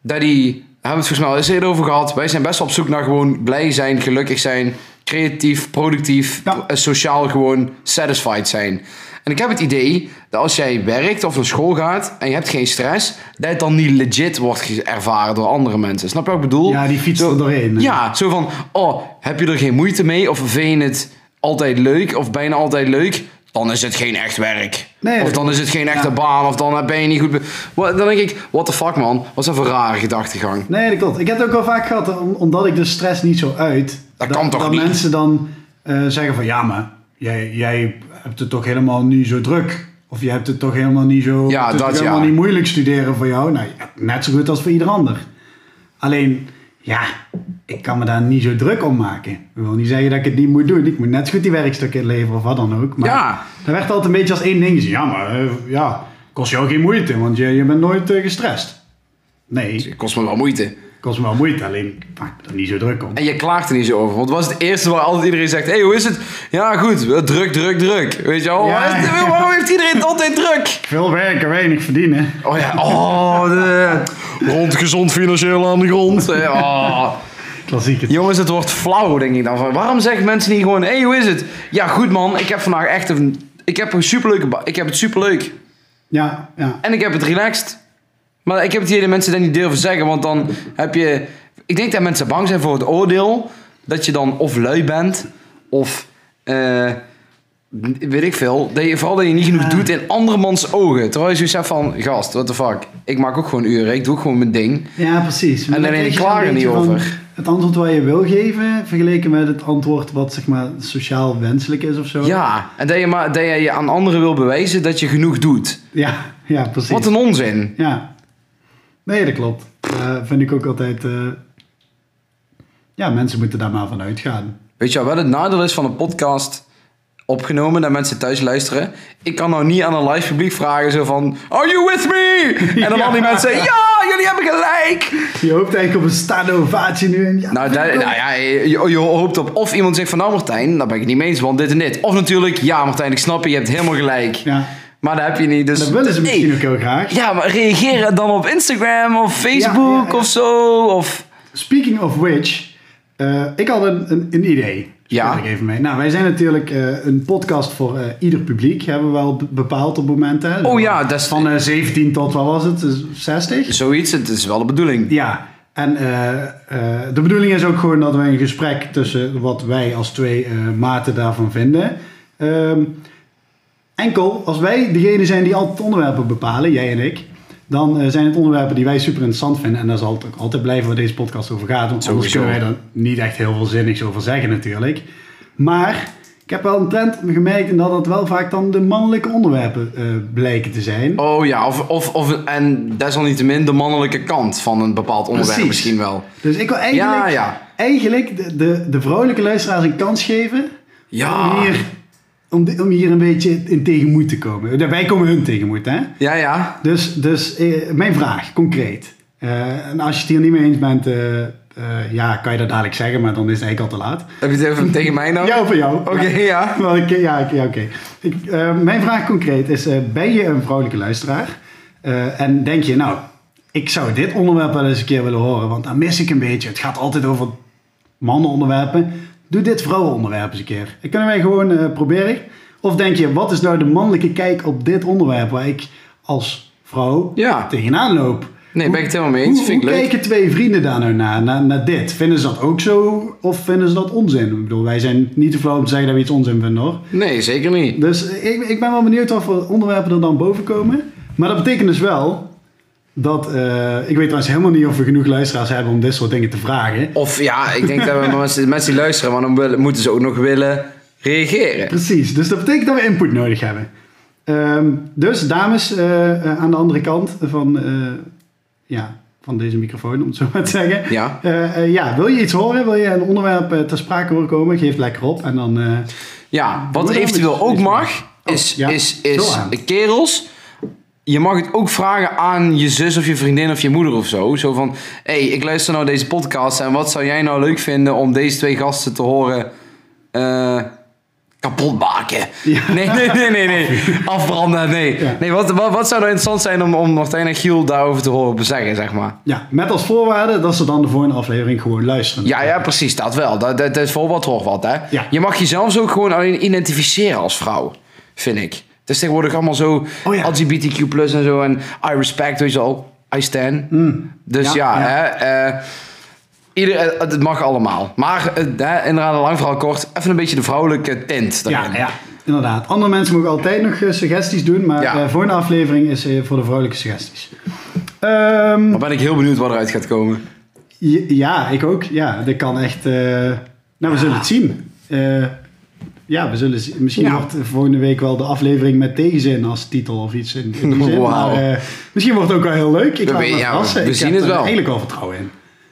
[SPEAKER 1] Dat die, daar hebben we het volgens mij al eens eerder over gehad. Wij zijn best wel op zoek naar gewoon blij zijn, gelukkig zijn. Creatief, productief,
[SPEAKER 2] Ja.
[SPEAKER 1] pro- eh, sociaal gewoon satisfied zijn. En ik heb het idee dat als jij werkt of naar school gaat en je hebt geen stress, dat het dan niet legit wordt ge- ervaren door andere mensen. Snap je wat ik bedoel?
[SPEAKER 2] Ja, die fietst
[SPEAKER 1] Zo-
[SPEAKER 2] er doorheen.
[SPEAKER 1] ja, zo van, oh, heb je er geen moeite mee? Of vind je het altijd leuk of bijna altijd leuk? Dan is het geen echt werk.
[SPEAKER 2] Nee,
[SPEAKER 1] of
[SPEAKER 2] dat
[SPEAKER 1] dan is het geen echte
[SPEAKER 2] Ja.
[SPEAKER 1] baan. Of dan ben je niet goed... be- Wat- Dan denk ik, what the fuck man. Wat is dat voor rare gedachtegang?
[SPEAKER 2] Nee, dat klopt. Ik heb het ook wel vaak gehad, eh, om- omdat ik de stress niet zo uit.
[SPEAKER 1] Dat kan toch
[SPEAKER 2] dat
[SPEAKER 1] niet?
[SPEAKER 2] mensen dan eh, zeggen van, ja, maar jij, jij hebt het toch helemaal niet zo druk. Of je hebt het toch helemaal niet zo...
[SPEAKER 1] Ja,
[SPEAKER 2] het is
[SPEAKER 1] dat
[SPEAKER 2] toch
[SPEAKER 1] ja.
[SPEAKER 2] helemaal niet moeilijk studeren voor jou. Nou, ja, net zo goed als voor ieder ander. Alleen, ja, ik kan me daar niet zo druk om maken. Ik wil niet zeggen dat ik het niet moet doen. Ik moet net zo goed die werkstukken inleveren of wat dan ook. Maar
[SPEAKER 1] Ja.
[SPEAKER 2] dat werd altijd een beetje als één ding gezien. Ja, maar eh, ja, kost jou geen moeite, want je, je bent nooit eh, gestrest. Nee.
[SPEAKER 1] Het kost me wel moeite.
[SPEAKER 2] Kost me wel moeite, alleen ik maak me er niet zo druk om.
[SPEAKER 1] En je klaagt er niet zo over. Want dat was het eerste waar altijd iedereen zegt... hey, hoe is het? Ja, goed. eh, Druk, druk, druk. Weet je wel?
[SPEAKER 2] Ja.
[SPEAKER 1] Waar is het- Waarom heeft iedereen het altijd druk?
[SPEAKER 2] Veel werken, weinig verdienen.
[SPEAKER 1] Oh ja. Oh, de... Rond gezond financieel aan de grond. Eh, Oh.
[SPEAKER 2] Klassieke.
[SPEAKER 1] Jongens, het wordt flauw, denk ik dan. Van, waarom zeggen mensen niet gewoon, hé, hey, hoe is het? Ja, goed man, ik heb vandaag echt een... Ik heb, een superleuke ba- ik heb het superleuk.
[SPEAKER 2] Ja, ja.
[SPEAKER 1] En ik heb het relaxed. Maar ik heb het idee dat mensen dat niet durven zeggen, want dan heb je... Ik denk dat mensen bang zijn voor het oordeel. Dat je dan of lui bent, of... eh, weet ik veel. Dat je, vooral dat je niet genoeg
[SPEAKER 2] Ja.
[SPEAKER 1] doet in andermans ogen. Terwijl je zoiets hebt van, gast, what the fuck. Ik maak ook gewoon uren, ik doe ook gewoon mijn ding.
[SPEAKER 2] Ja, precies. Maar
[SPEAKER 1] En
[SPEAKER 2] dan
[SPEAKER 1] alleen
[SPEAKER 2] krijg je
[SPEAKER 1] ik klaag er
[SPEAKER 2] zo'n
[SPEAKER 1] niet
[SPEAKER 2] beetje
[SPEAKER 1] over.
[SPEAKER 2] van Het antwoord wat je wil geven, vergeleken met het antwoord wat zeg maar sociaal wenselijk is of zo.
[SPEAKER 1] Ja, en dat je, maar, dat je je aan anderen wil bewijzen dat je genoeg doet.
[SPEAKER 2] Ja, ja, precies.
[SPEAKER 1] Wat een onzin.
[SPEAKER 2] Ja. Nee, dat klopt. Eh, vind ik ook altijd... eh, Ja, mensen moeten daar maar van uitgaan.
[SPEAKER 1] Weet je wel, het nadeel is van een podcast opgenomen dat mensen thuis luisteren. Ik kan nou niet aan een live publiek vragen zo van, are you with me? En dan
[SPEAKER 2] Ja.
[SPEAKER 1] al die mensen, ja, jullie hebben gelijk.
[SPEAKER 2] Je hoopt eigenlijk op een staande ovatie nu. En ja,
[SPEAKER 1] Nou, dat- nou ja, je, je hoopt op of iemand zegt van, nou Martijn, daar ben ik het niet mee eens, want dit en dit. Of natuurlijk, ja Martijn, ik snap je, je hebt helemaal gelijk.
[SPEAKER 2] ja.
[SPEAKER 1] Maar dat heb je niet, dus...
[SPEAKER 2] Dat willen ze
[SPEAKER 1] Nee.
[SPEAKER 2] misschien ook heel graag.
[SPEAKER 1] Ja, maar reageer dan op Instagram of Facebook
[SPEAKER 2] ja, ja.
[SPEAKER 1] of zo, of...
[SPEAKER 2] Speaking of which, eh, ik had een, een, een idee. Speel
[SPEAKER 1] Ja.
[SPEAKER 2] Ik even mee. Nou, wij zijn natuurlijk eh, een podcast voor eh, ieder publiek. Hebben we wel be- bepaald op momenten.
[SPEAKER 1] Oh ja, dat is-
[SPEAKER 2] Van eh, 17 tot, wat was het? Dus 60?
[SPEAKER 1] Zoiets, het is wel de bedoeling.
[SPEAKER 2] Ja. En eh, eh, de bedoeling is ook gewoon dat we een gesprek tussen wat wij als twee eh, maten daarvan vinden. Ehm, enkel als wij degene zijn die altijd onderwerpen bepalen, jij en ik, dan eh, zijn het onderwerpen die wij super interessant vinden. En daar zal het ook altijd blijven waar deze podcast over gaat. Want anders
[SPEAKER 1] Sowieso.
[SPEAKER 2] kunnen wij er niet echt heel veel zinnigs over zeggen natuurlijk. Maar ik heb wel een trend gemerkt en dat dat wel vaak dan de mannelijke onderwerpen eh, blijken te zijn.
[SPEAKER 1] Oh ja, of, of, of, en desalniettemin de mannelijke kant van een bepaald onderwerp
[SPEAKER 2] Precies.
[SPEAKER 1] misschien wel.
[SPEAKER 2] Dus ik wil eigenlijk,
[SPEAKER 1] Ja, ja.
[SPEAKER 2] eigenlijk de, de, de vrouwelijke luisteraars een kans geven om,
[SPEAKER 1] Ja,
[SPEAKER 2] hier, om, di- om hier een beetje in tegenmoet te komen. Wij komen hun tegenmoet, hè?
[SPEAKER 1] ja, ja.
[SPEAKER 2] Dus, dus eh, mijn vraag, concreet. Eh, en als je het hier niet mee eens bent, eh, eh, ja, kan je dat dadelijk zeggen, maar dan is het eigenlijk al te laat.
[SPEAKER 1] Heb je het even tegen mij nou?
[SPEAKER 2] Jou voor jou.
[SPEAKER 1] Oké, ja.
[SPEAKER 2] Wel, oké, ja, oké, ja, oké. Ik, eh, mijn vraag concreet is, eh, ben je een vrouwelijke luisteraar? Eh, en denk je, nou, ik zou dit onderwerp wel eens een keer willen horen, want dan mis ik een beetje. Het gaat altijd over mannenonderwerpen. Doe dit vrouwenonderwerp eens een keer. Dat kunnen wij gewoon eh, proberen. Of denk je, wat is nou de mannelijke kijk op dit onderwerp waar ik als vrouw
[SPEAKER 1] Ja.
[SPEAKER 2] tegenaan loop?
[SPEAKER 1] Nee, ben ik het helemaal mee eens.
[SPEAKER 2] Hoe,
[SPEAKER 1] Vind ik
[SPEAKER 2] hoe
[SPEAKER 1] leuk.
[SPEAKER 2] kijken twee vrienden daar nou naar, naar, naar dit? Vinden ze dat ook zo of vinden ze dat onzin? Ik bedoel, wij zijn niet te flauw om te zeggen dat we iets onzin vinden hoor.
[SPEAKER 1] Nee, zeker niet.
[SPEAKER 2] Dus ik, ik ben wel benieuwd wat voor onderwerpen er dan boven komen. Maar dat betekent dus wel dat... eh, ik weet trouwens helemaal niet of we genoeg luisteraars hebben om dit soort dingen te vragen.
[SPEAKER 1] Of ja, ik denk dat we mensen, mensen die luisteren, maar dan willen- moeten ze ook nog willen reageren.
[SPEAKER 2] Precies, dus dat betekent dat we input nodig hebben. Ehm, dus dames eh, eh, aan de andere kant van, eh, ja, van deze microfoon, om het zo maar te zeggen.
[SPEAKER 1] Ja.
[SPEAKER 2] Eh, eh, ja, wil je iets horen? Wil je een onderwerp eh, ter sprake horen komen? Geef lekker op. En dan, eh,
[SPEAKER 1] Ja, wat
[SPEAKER 2] Doe dan
[SPEAKER 1] eventueel
[SPEAKER 2] met-
[SPEAKER 1] ook
[SPEAKER 2] met-
[SPEAKER 1] mag, is,
[SPEAKER 2] Oh, ja.
[SPEAKER 1] is, is,
[SPEAKER 2] Zo aan.
[SPEAKER 1] de kerels. Je mag het ook vragen aan je zus of je vriendin of je moeder of zo. Zo van, hé, hey, ik luister nou deze podcast en wat zou jij nou leuk vinden om deze twee gasten te horen eh kapot maken?
[SPEAKER 2] Ja.
[SPEAKER 1] Nee, nee, nee, nee, nee. Afbranden, nee.
[SPEAKER 2] Ja.
[SPEAKER 1] Nee, wat, wat, wat zou nou interessant zijn om, om Martijn en Giel daarover te horen zeggen, zeg maar?
[SPEAKER 2] ja, met als voorwaarde dat ze dan de volgende aflevering gewoon luisteren.
[SPEAKER 1] Ja, ja, precies, dat wel. Dat, dat, dat is voor wat hoor wat, hè.
[SPEAKER 2] Ja.
[SPEAKER 1] Je mag jezelf dus ook gewoon alleen identificeren als vrouw, vind ik. Het is tegenwoordig allemaal zo
[SPEAKER 2] Oh ja.
[SPEAKER 1] LGBTQ+, en zo. En I respect, weet je al. I stand. Dus
[SPEAKER 2] Mm. Ja,
[SPEAKER 1] ja,
[SPEAKER 2] ja.
[SPEAKER 1] hè. eh, ieder, eh, het mag allemaal. Maar eh, hè, inderdaad, lang verhaal kort. Even een beetje de vrouwelijke tint.
[SPEAKER 2] Ja,
[SPEAKER 1] daarin.
[SPEAKER 2] ja, inderdaad. Andere mensen mogen altijd nog eh, suggesties doen. Maar
[SPEAKER 1] Ja.
[SPEAKER 2] eh, volgende aflevering is eh, voor de vrouwelijke suggesties. Ehm,
[SPEAKER 1] Maar ben ik heel benieuwd wat eruit gaat komen.
[SPEAKER 2] Ja, Ja, ik ook. Ja, dat kan echt. eh, Nou, we zullen het zien. Eh, ja, we zullen zien. Misschien
[SPEAKER 1] Ja.
[SPEAKER 2] wordt volgende week wel de aflevering met tegenzin als titel of iets. In, in die zin.
[SPEAKER 1] Wauw.
[SPEAKER 2] Maar, eh, misschien wordt het ook wel heel leuk. Ik
[SPEAKER 1] We
[SPEAKER 2] laat me
[SPEAKER 1] we- ja,
[SPEAKER 2] verrassen.
[SPEAKER 1] we
[SPEAKER 2] ik
[SPEAKER 1] zien
[SPEAKER 2] heb
[SPEAKER 1] het
[SPEAKER 2] er
[SPEAKER 1] wel.
[SPEAKER 2] eigenlijk wel vertrouwen in.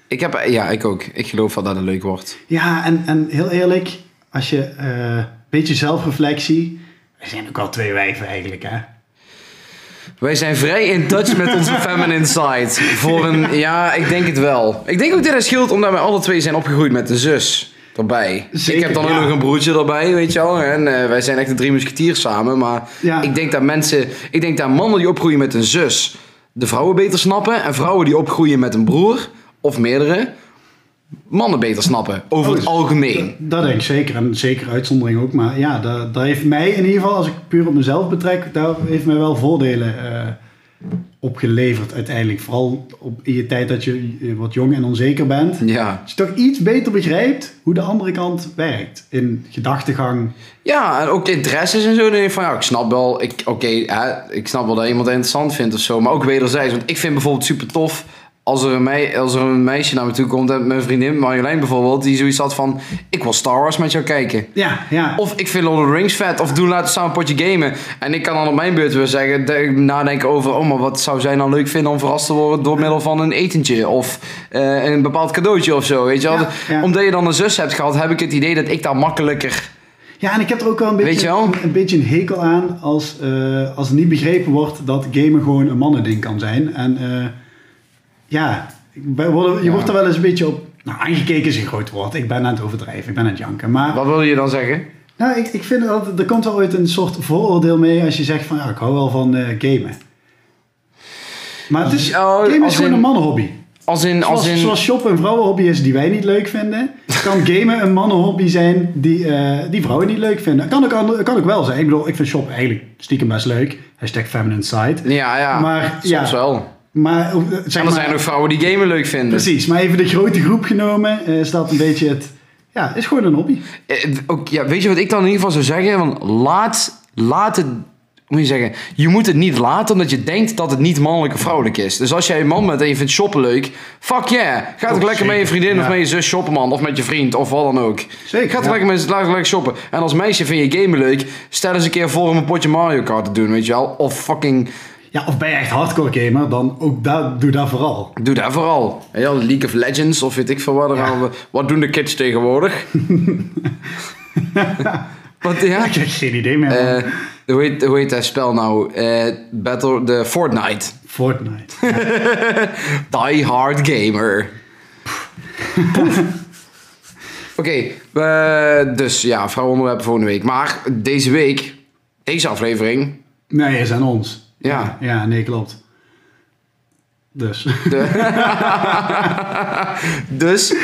[SPEAKER 1] Ik heb, eh, ja, ik ook. Ik geloof wel dat het leuk wordt.
[SPEAKER 2] Ja, en, en heel eerlijk, als je eh, een beetje zelfreflectie. We zijn ook al twee wijven eigenlijk, hè?
[SPEAKER 1] Wij zijn vrij in touch met onze feminine side. Voor een, ja, ik denk het wel. Ik denk ook dat het scheelt omdat wij alle twee zijn opgegroeid met een zus erbij.
[SPEAKER 2] Zeker,
[SPEAKER 1] ik heb dan
[SPEAKER 2] ja.
[SPEAKER 1] ook nog een broertje erbij, weet je wel. En eh, wij zijn echt de drie musketiers samen. Maar
[SPEAKER 2] Ja.
[SPEAKER 1] ik denk dat mensen, ik denk dat mannen die opgroeien met een zus de vrouwen beter snappen. En vrouwen die opgroeien met een broer of meerdere, mannen beter snappen. Over
[SPEAKER 2] Oh,
[SPEAKER 1] het
[SPEAKER 2] dus-
[SPEAKER 1] algemeen.
[SPEAKER 2] Dat denk ik zeker. En zeker uitzondering ook. Maar ja, dat, dat heeft mij in ieder geval, als ik puur op mezelf betrek, daar heeft mij wel voordelen eh, opgeleverd uiteindelijk. Vooral op, in je tijd dat je eh, wat jong en onzeker bent.
[SPEAKER 1] Ja.
[SPEAKER 2] Als je toch iets beter begrijpt hoe de andere kant werkt. In gedachtegang.
[SPEAKER 1] Ja, en ook de interesses en zo. Dan denk ik van ja, ik snap wel, ik, oké, hè, ik snap wel dat iemand het interessant vindt of zo. Maar ook wederzijds. Want ik vind bijvoorbeeld super tof als er een, mei, als er een meisje naar me toe komt. hè, Mijn vriendin Marjolein bijvoorbeeld, die zoiets had van: Ik wil Star Wars met jou kijken.
[SPEAKER 2] Ja, ja.
[SPEAKER 1] Of ik vind Lord of the Rings vet. Of doen laten we samen een potje gamen. En ik kan dan op mijn beurt weer zeggen, de- nadenken over... Oh, maar wat zou zij dan leuk vinden om verrast te worden door middel van een etentje. Of eh, een bepaald cadeautje of zo, weet je wel.
[SPEAKER 2] Ja, ja.
[SPEAKER 1] Omdat je dan een zus hebt gehad, heb ik het idee dat ik daar makkelijker...
[SPEAKER 2] Ja, en ik heb er ook wel een
[SPEAKER 1] Weet
[SPEAKER 2] beetje,
[SPEAKER 1] je wel?
[SPEAKER 2] Een, een beetje een hekel aan als, eh, als niet begrepen wordt dat gamen gewoon een mannending kan zijn. En eh, ja, ik ben- word- je
[SPEAKER 1] Ja.
[SPEAKER 2] wordt er wel eens een beetje op. Nou, aangekeken is een groot woord. Ik ben aan het overdrijven, ik ben aan het janken. Maar
[SPEAKER 1] Wat wil je dan zeggen?
[SPEAKER 2] nou, ik, ik vind dat er komt wel ooit een soort vooroordeel mee als je zegt van ja, ik hou wel van eh, gamen. Maar het is,
[SPEAKER 1] Ja,
[SPEAKER 2] gamen
[SPEAKER 1] als
[SPEAKER 2] is gewoon
[SPEAKER 1] in-
[SPEAKER 2] een mannenhobby.
[SPEAKER 1] Als in... Als
[SPEAKER 2] Zoals,
[SPEAKER 1] in
[SPEAKER 2] zoals shop een vrouwenhobby is die wij niet leuk vinden, kan gamen een mannenhobby zijn die, eh, die vrouwen niet leuk vinden. Kan ook, ander- kan ook wel zijn. Ik bedoel, ik vind shop eigenlijk stiekem best leuk. Hashtag feminine side.
[SPEAKER 1] ja, ja.
[SPEAKER 2] Maar,
[SPEAKER 1] soms
[SPEAKER 2] ja.
[SPEAKER 1] wel.
[SPEAKER 2] Maar, eh,
[SPEAKER 1] En
[SPEAKER 2] zeg
[SPEAKER 1] er
[SPEAKER 2] maar
[SPEAKER 1] zijn ook vrouwen die gamen leuk vinden.
[SPEAKER 2] Precies, maar even de grote groep genomen eh, is dat een beetje het... Ja, is gewoon een hobby.
[SPEAKER 1] Eh, ook, ja, weet je wat ik dan in ieder geval zou zeggen? Want laat, laat het. Moet je zeggen, je moet het niet laten omdat je denkt dat het niet mannelijk of vrouwelijk is. Dus als jij een man bent en je vindt shoppen leuk, fuck yeah. Ga toch
[SPEAKER 2] Oh,
[SPEAKER 1] lekker met je
[SPEAKER 2] zeker,
[SPEAKER 1] vriendin of
[SPEAKER 2] ja.
[SPEAKER 1] met je zus shoppen, man. Of met je vriend of wat dan ook.
[SPEAKER 2] Zeker,
[SPEAKER 1] Ga toch
[SPEAKER 2] ja.
[SPEAKER 1] lekker met laat lekker shoppen. En als meisje vind je gamen leuk, stel eens een keer voor om een potje Mario Kart te doen, weet je wel. Of fucking,
[SPEAKER 2] Ja, of ben je echt hardcore gamer, dan ook dat, doe dat vooral.
[SPEAKER 1] doe daar vooral. Ja, League of Legends of weet ik veel wat. dan
[SPEAKER 2] Ja.
[SPEAKER 1] gaan we- Wat doen de kids tegenwoordig? wat, ja?
[SPEAKER 2] Ik heb geen idee meer. man.
[SPEAKER 1] Eh, hoe, heet, hoe heet dat spel nou? Eh, Battle de Fortnite.
[SPEAKER 2] Fortnite.
[SPEAKER 1] Die Hard Gamer. Poef. Oké, eh, dus ja, vrouwenonderwerpen volgende week. Maar deze week, deze aflevering.
[SPEAKER 2] Nee, is aan ons.
[SPEAKER 1] Ja.
[SPEAKER 2] Ja, nee, klopt. Dus.
[SPEAKER 1] Dus,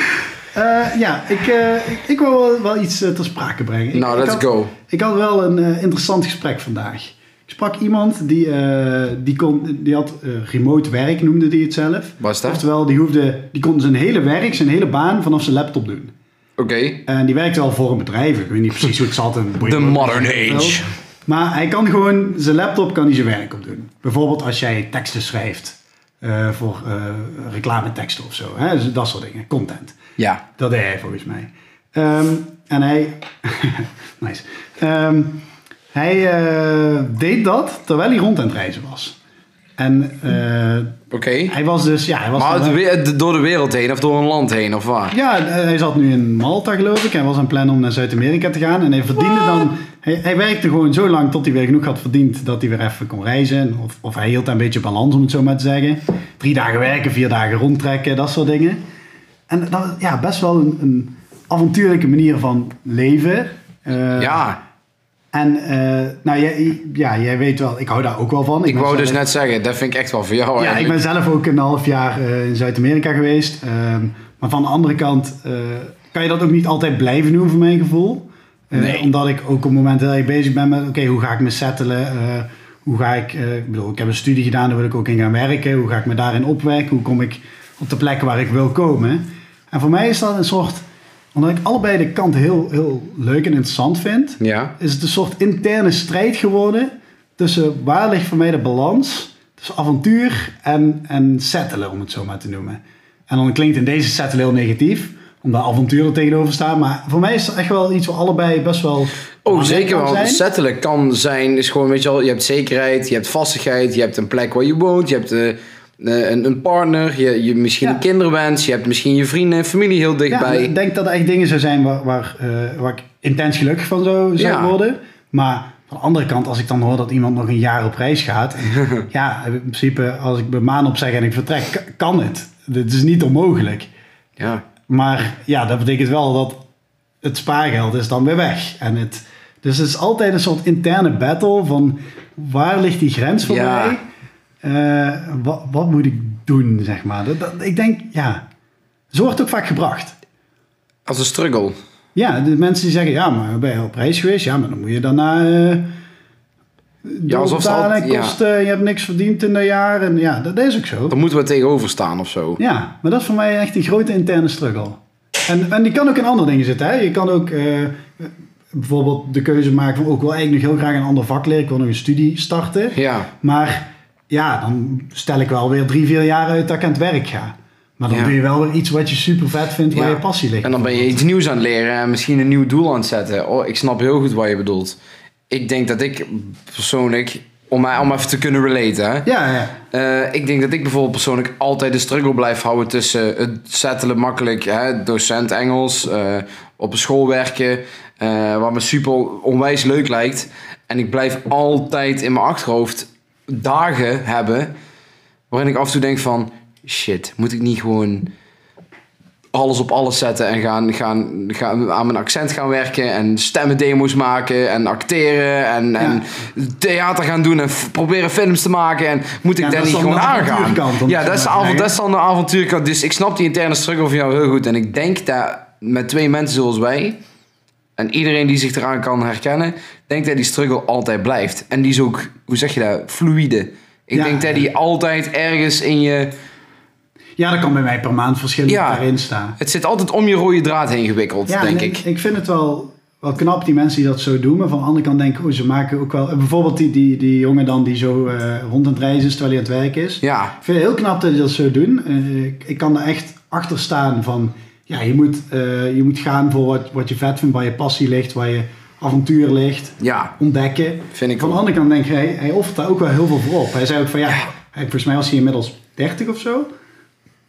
[SPEAKER 2] Eh, ja, ik, eh, ik- ik wil wel, wel iets eh, ter sprake brengen. Ik-
[SPEAKER 1] nou,
[SPEAKER 2] ik
[SPEAKER 1] let's
[SPEAKER 2] had-
[SPEAKER 1] go.
[SPEAKER 2] Ik had wel een eh, interessant gesprek vandaag. Ik sprak iemand die, eh, die, kon, die had eh, remote werk, noemde die het zelf.
[SPEAKER 1] Was dat? Oké.
[SPEAKER 2] Oftewel, die, hoefde, die kon zijn hele werk, zijn hele baan vanaf zijn laptop doen. En die werkte al voor een bedrijf. Ik weet niet precies hoe het zat. en boeit
[SPEAKER 1] The
[SPEAKER 2] me ook
[SPEAKER 1] modern
[SPEAKER 2] niet.
[SPEAKER 1] age.
[SPEAKER 2] Maar hij kan gewoon, zijn laptop kan hij zijn werk op doen. Bijvoorbeeld als jij teksten schrijft eh, voor eh reclameteksten of zo. Hè? Dus dat soort dingen, content.
[SPEAKER 1] Ja.
[SPEAKER 2] Dat deed hij volgens mij. Ehm, en hij. nice. Ehm, hij eh, deed dat terwijl hij rond aan het reizen was. En eh,
[SPEAKER 1] Oké.
[SPEAKER 2] hij was dus. Ja, hij was
[SPEAKER 1] Maar
[SPEAKER 2] dan-
[SPEAKER 1] het we- het- door de wereld heen of door een land heen of waar?
[SPEAKER 2] ja, eh, hij zat nu in Malta, geloof ik. Hij was aan het plannen om naar Zuid-Amerika te gaan. En hij verdiende dan. Hij, hij werkte gewoon zo lang tot hij weer genoeg had verdiend dat hij weer even kon reizen. Of, of hij hield daar een beetje balans, om het zo maar te zeggen. Drie dagen werken, vier dagen rondtrekken, dat soort dingen. En dat is ja, best wel een, een avontuurlijke manier van leven. Eh,
[SPEAKER 1] Ja,
[SPEAKER 2] En eh, nou, jij, ja, jij weet wel, ik hou daar ook wel van.
[SPEAKER 1] ik
[SPEAKER 2] ben
[SPEAKER 1] wou dus
[SPEAKER 2] zelf-
[SPEAKER 1] net zeggen, dat vind ik echt wel voor jou.
[SPEAKER 2] ja, ik
[SPEAKER 1] eigenlijk.
[SPEAKER 2] ben zelf ook een half jaar eh, in Zuid-Amerika geweest. Ehm, maar van de andere kant eh, kan je dat ook niet altijd blijven doen, voor mijn gevoel. Eh,
[SPEAKER 1] Nee.
[SPEAKER 2] Omdat ik ook op het moment dat ik bezig ben met, oké, hoe ga ik me settelen? Eh, hoe ga ik, eh, ik bedoel, ik heb een studie gedaan, daar wil ik ook in gaan werken. Hoe ga ik me daarin opwerken? Hoe kom ik op de plek waar ik wil komen? En voor mij is dat een soort, omdat ik allebei de kanten heel, heel leuk en interessant vind
[SPEAKER 1] Ja.
[SPEAKER 2] is het een soort interne strijd geworden tussen waar ligt voor mij de balans tussen avontuur en, en settelen, om het zo maar te noemen. En dan klinkt in deze settle heel negatief, omdat avontuur er tegenover staat, maar voor mij is dat echt wel iets waar allebei best wel...
[SPEAKER 1] Oh,
[SPEAKER 2] belangrijk
[SPEAKER 1] zeker
[SPEAKER 2] kan
[SPEAKER 1] wel.
[SPEAKER 2] zijn.
[SPEAKER 1] Settelen kan zijn, is gewoon, weet je wel, je hebt zekerheid, je hebt vastigheid, je hebt een plek waar je woont, je hebt eh, eh, een, een partner, je, je misschien
[SPEAKER 2] Ja.
[SPEAKER 1] een kinderwens, je hebt misschien je vrienden en familie heel
[SPEAKER 2] Ja,
[SPEAKER 1] dichtbij.
[SPEAKER 2] ik denk dat er echt dingen zou zijn waar, waar, eh, waar ik intens gelukkig van zou, zou
[SPEAKER 1] Ja.
[SPEAKER 2] worden. Maar aan de andere kant, als ik dan hoor dat iemand nog een jaar op reis gaat. ja, in principe, als ik mijn maan opzeg en ik vertrek, k- kan het. Dit is niet onmogelijk.
[SPEAKER 1] ja.
[SPEAKER 2] Maar ja, dat betekent wel dat het spaargeld is dan weer weg. En het, dus het is altijd een soort interne battle van waar ligt die grens voor
[SPEAKER 1] Ja.
[SPEAKER 2] mij? Eh, wat, wat moet ik doen, zeg maar? Dat, dat- ik denk, ja, zo wordt het ook vaak gebracht.
[SPEAKER 1] Als een struggle.
[SPEAKER 2] Ja, de mensen die zeggen, ja, maar ben je op reis geweest? Ja, maar dan moet je daarna... eh ja,
[SPEAKER 1] alsof ze altijd- ja.
[SPEAKER 2] kosten, je hebt niks verdiend in dat jaar. En ja, dat is ook zo.
[SPEAKER 1] Dan moeten we tegenover staan of zo.
[SPEAKER 2] Ja, maar dat is voor mij echt een grote interne struggle. En, en die kan ook in andere dingen zitten. Hè? Je kan ook eh, bijvoorbeeld de keuze maken van... ook wil eigenlijk nog heel graag een ander vak leren. Ik wil nog een studie starten.
[SPEAKER 1] Ja.
[SPEAKER 2] Maar ja, dan stel ik wel weer drie, vier jaar uit dat ik aan het werk ga. Maar dan
[SPEAKER 1] Ja.
[SPEAKER 2] doe je wel weer iets wat je super vet vindt, waar
[SPEAKER 1] Ja.
[SPEAKER 2] je passie ligt.
[SPEAKER 1] En dan ben je iets nieuws aan het leren en misschien een nieuw doel aan het zetten. Oh, ik snap heel goed wat je bedoelt. Ik denk dat ik persoonlijk, om, mij- om even te kunnen relaten, hè,
[SPEAKER 2] Ja, ja.
[SPEAKER 1] Eh, ik denk dat ik bijvoorbeeld persoonlijk altijd de struggle blijf houden tussen het settelen makkelijk, hè, docent Engels, eh, op een school werken, eh, wat me super onwijs leuk lijkt. En ik blijf altijd in mijn achterhoofd dagen hebben waarin ik af en toe denk van, shit, moet ik niet gewoon alles op alles zetten en gaan, gaan, gaan aan mijn accent gaan werken en stemmendemo's maken en acteren en, en theater gaan doen en f- proberen films te maken en moet ik
[SPEAKER 2] Ja,
[SPEAKER 1] daar
[SPEAKER 2] dat is
[SPEAKER 1] niet
[SPEAKER 2] dan
[SPEAKER 1] gewoon
[SPEAKER 2] de
[SPEAKER 1] aangaan?
[SPEAKER 2] avontuurkant, om
[SPEAKER 1] Ja,
[SPEAKER 2] het zo
[SPEAKER 1] dat is, de
[SPEAKER 2] maar te
[SPEAKER 1] avond,
[SPEAKER 2] zeggen.
[SPEAKER 1] dat is dan de avontuurkant. Dus ik snap die interne struggle van jou heel goed en ik denk dat met twee mensen zoals wij en iedereen die zich eraan kan herkennen, denkt dat die struggle altijd blijft en die is ook, hoe zeg je dat, fluide. Ik
[SPEAKER 2] Ja.
[SPEAKER 1] denk dat die altijd ergens in je...
[SPEAKER 2] Ja, dat kan bij mij per maand verschillen
[SPEAKER 1] Ja.
[SPEAKER 2] wat daarin staan.
[SPEAKER 1] Het zit altijd om je rode draad heen gewikkeld, denk
[SPEAKER 2] en
[SPEAKER 1] ik.
[SPEAKER 2] Ik vind het wel, wel knap, die mensen die dat zo doen. Maar van de andere kant denk ik, oh, ze maken ook wel... Bijvoorbeeld die, die, die jongen dan die zo eh, rond aan het reizen is terwijl hij aan het werk is.
[SPEAKER 1] Ja,
[SPEAKER 2] Ik vind het heel knap dat die dat zo doen. Eh, ik, ik kan er echt achter staan van... Ja, je moet, eh, je moet gaan voor wat, wat je vet vindt, waar je passie ligt, waar je avontuur ligt.
[SPEAKER 1] ja,
[SPEAKER 2] Ontdekken.
[SPEAKER 1] vind ik
[SPEAKER 2] Van de
[SPEAKER 1] wel.
[SPEAKER 2] andere kant denk ik, hij, hij offert daar ook wel heel veel voor op. Hij zei ook van ja, hij, volgens mij was hij inmiddels 30 of zo.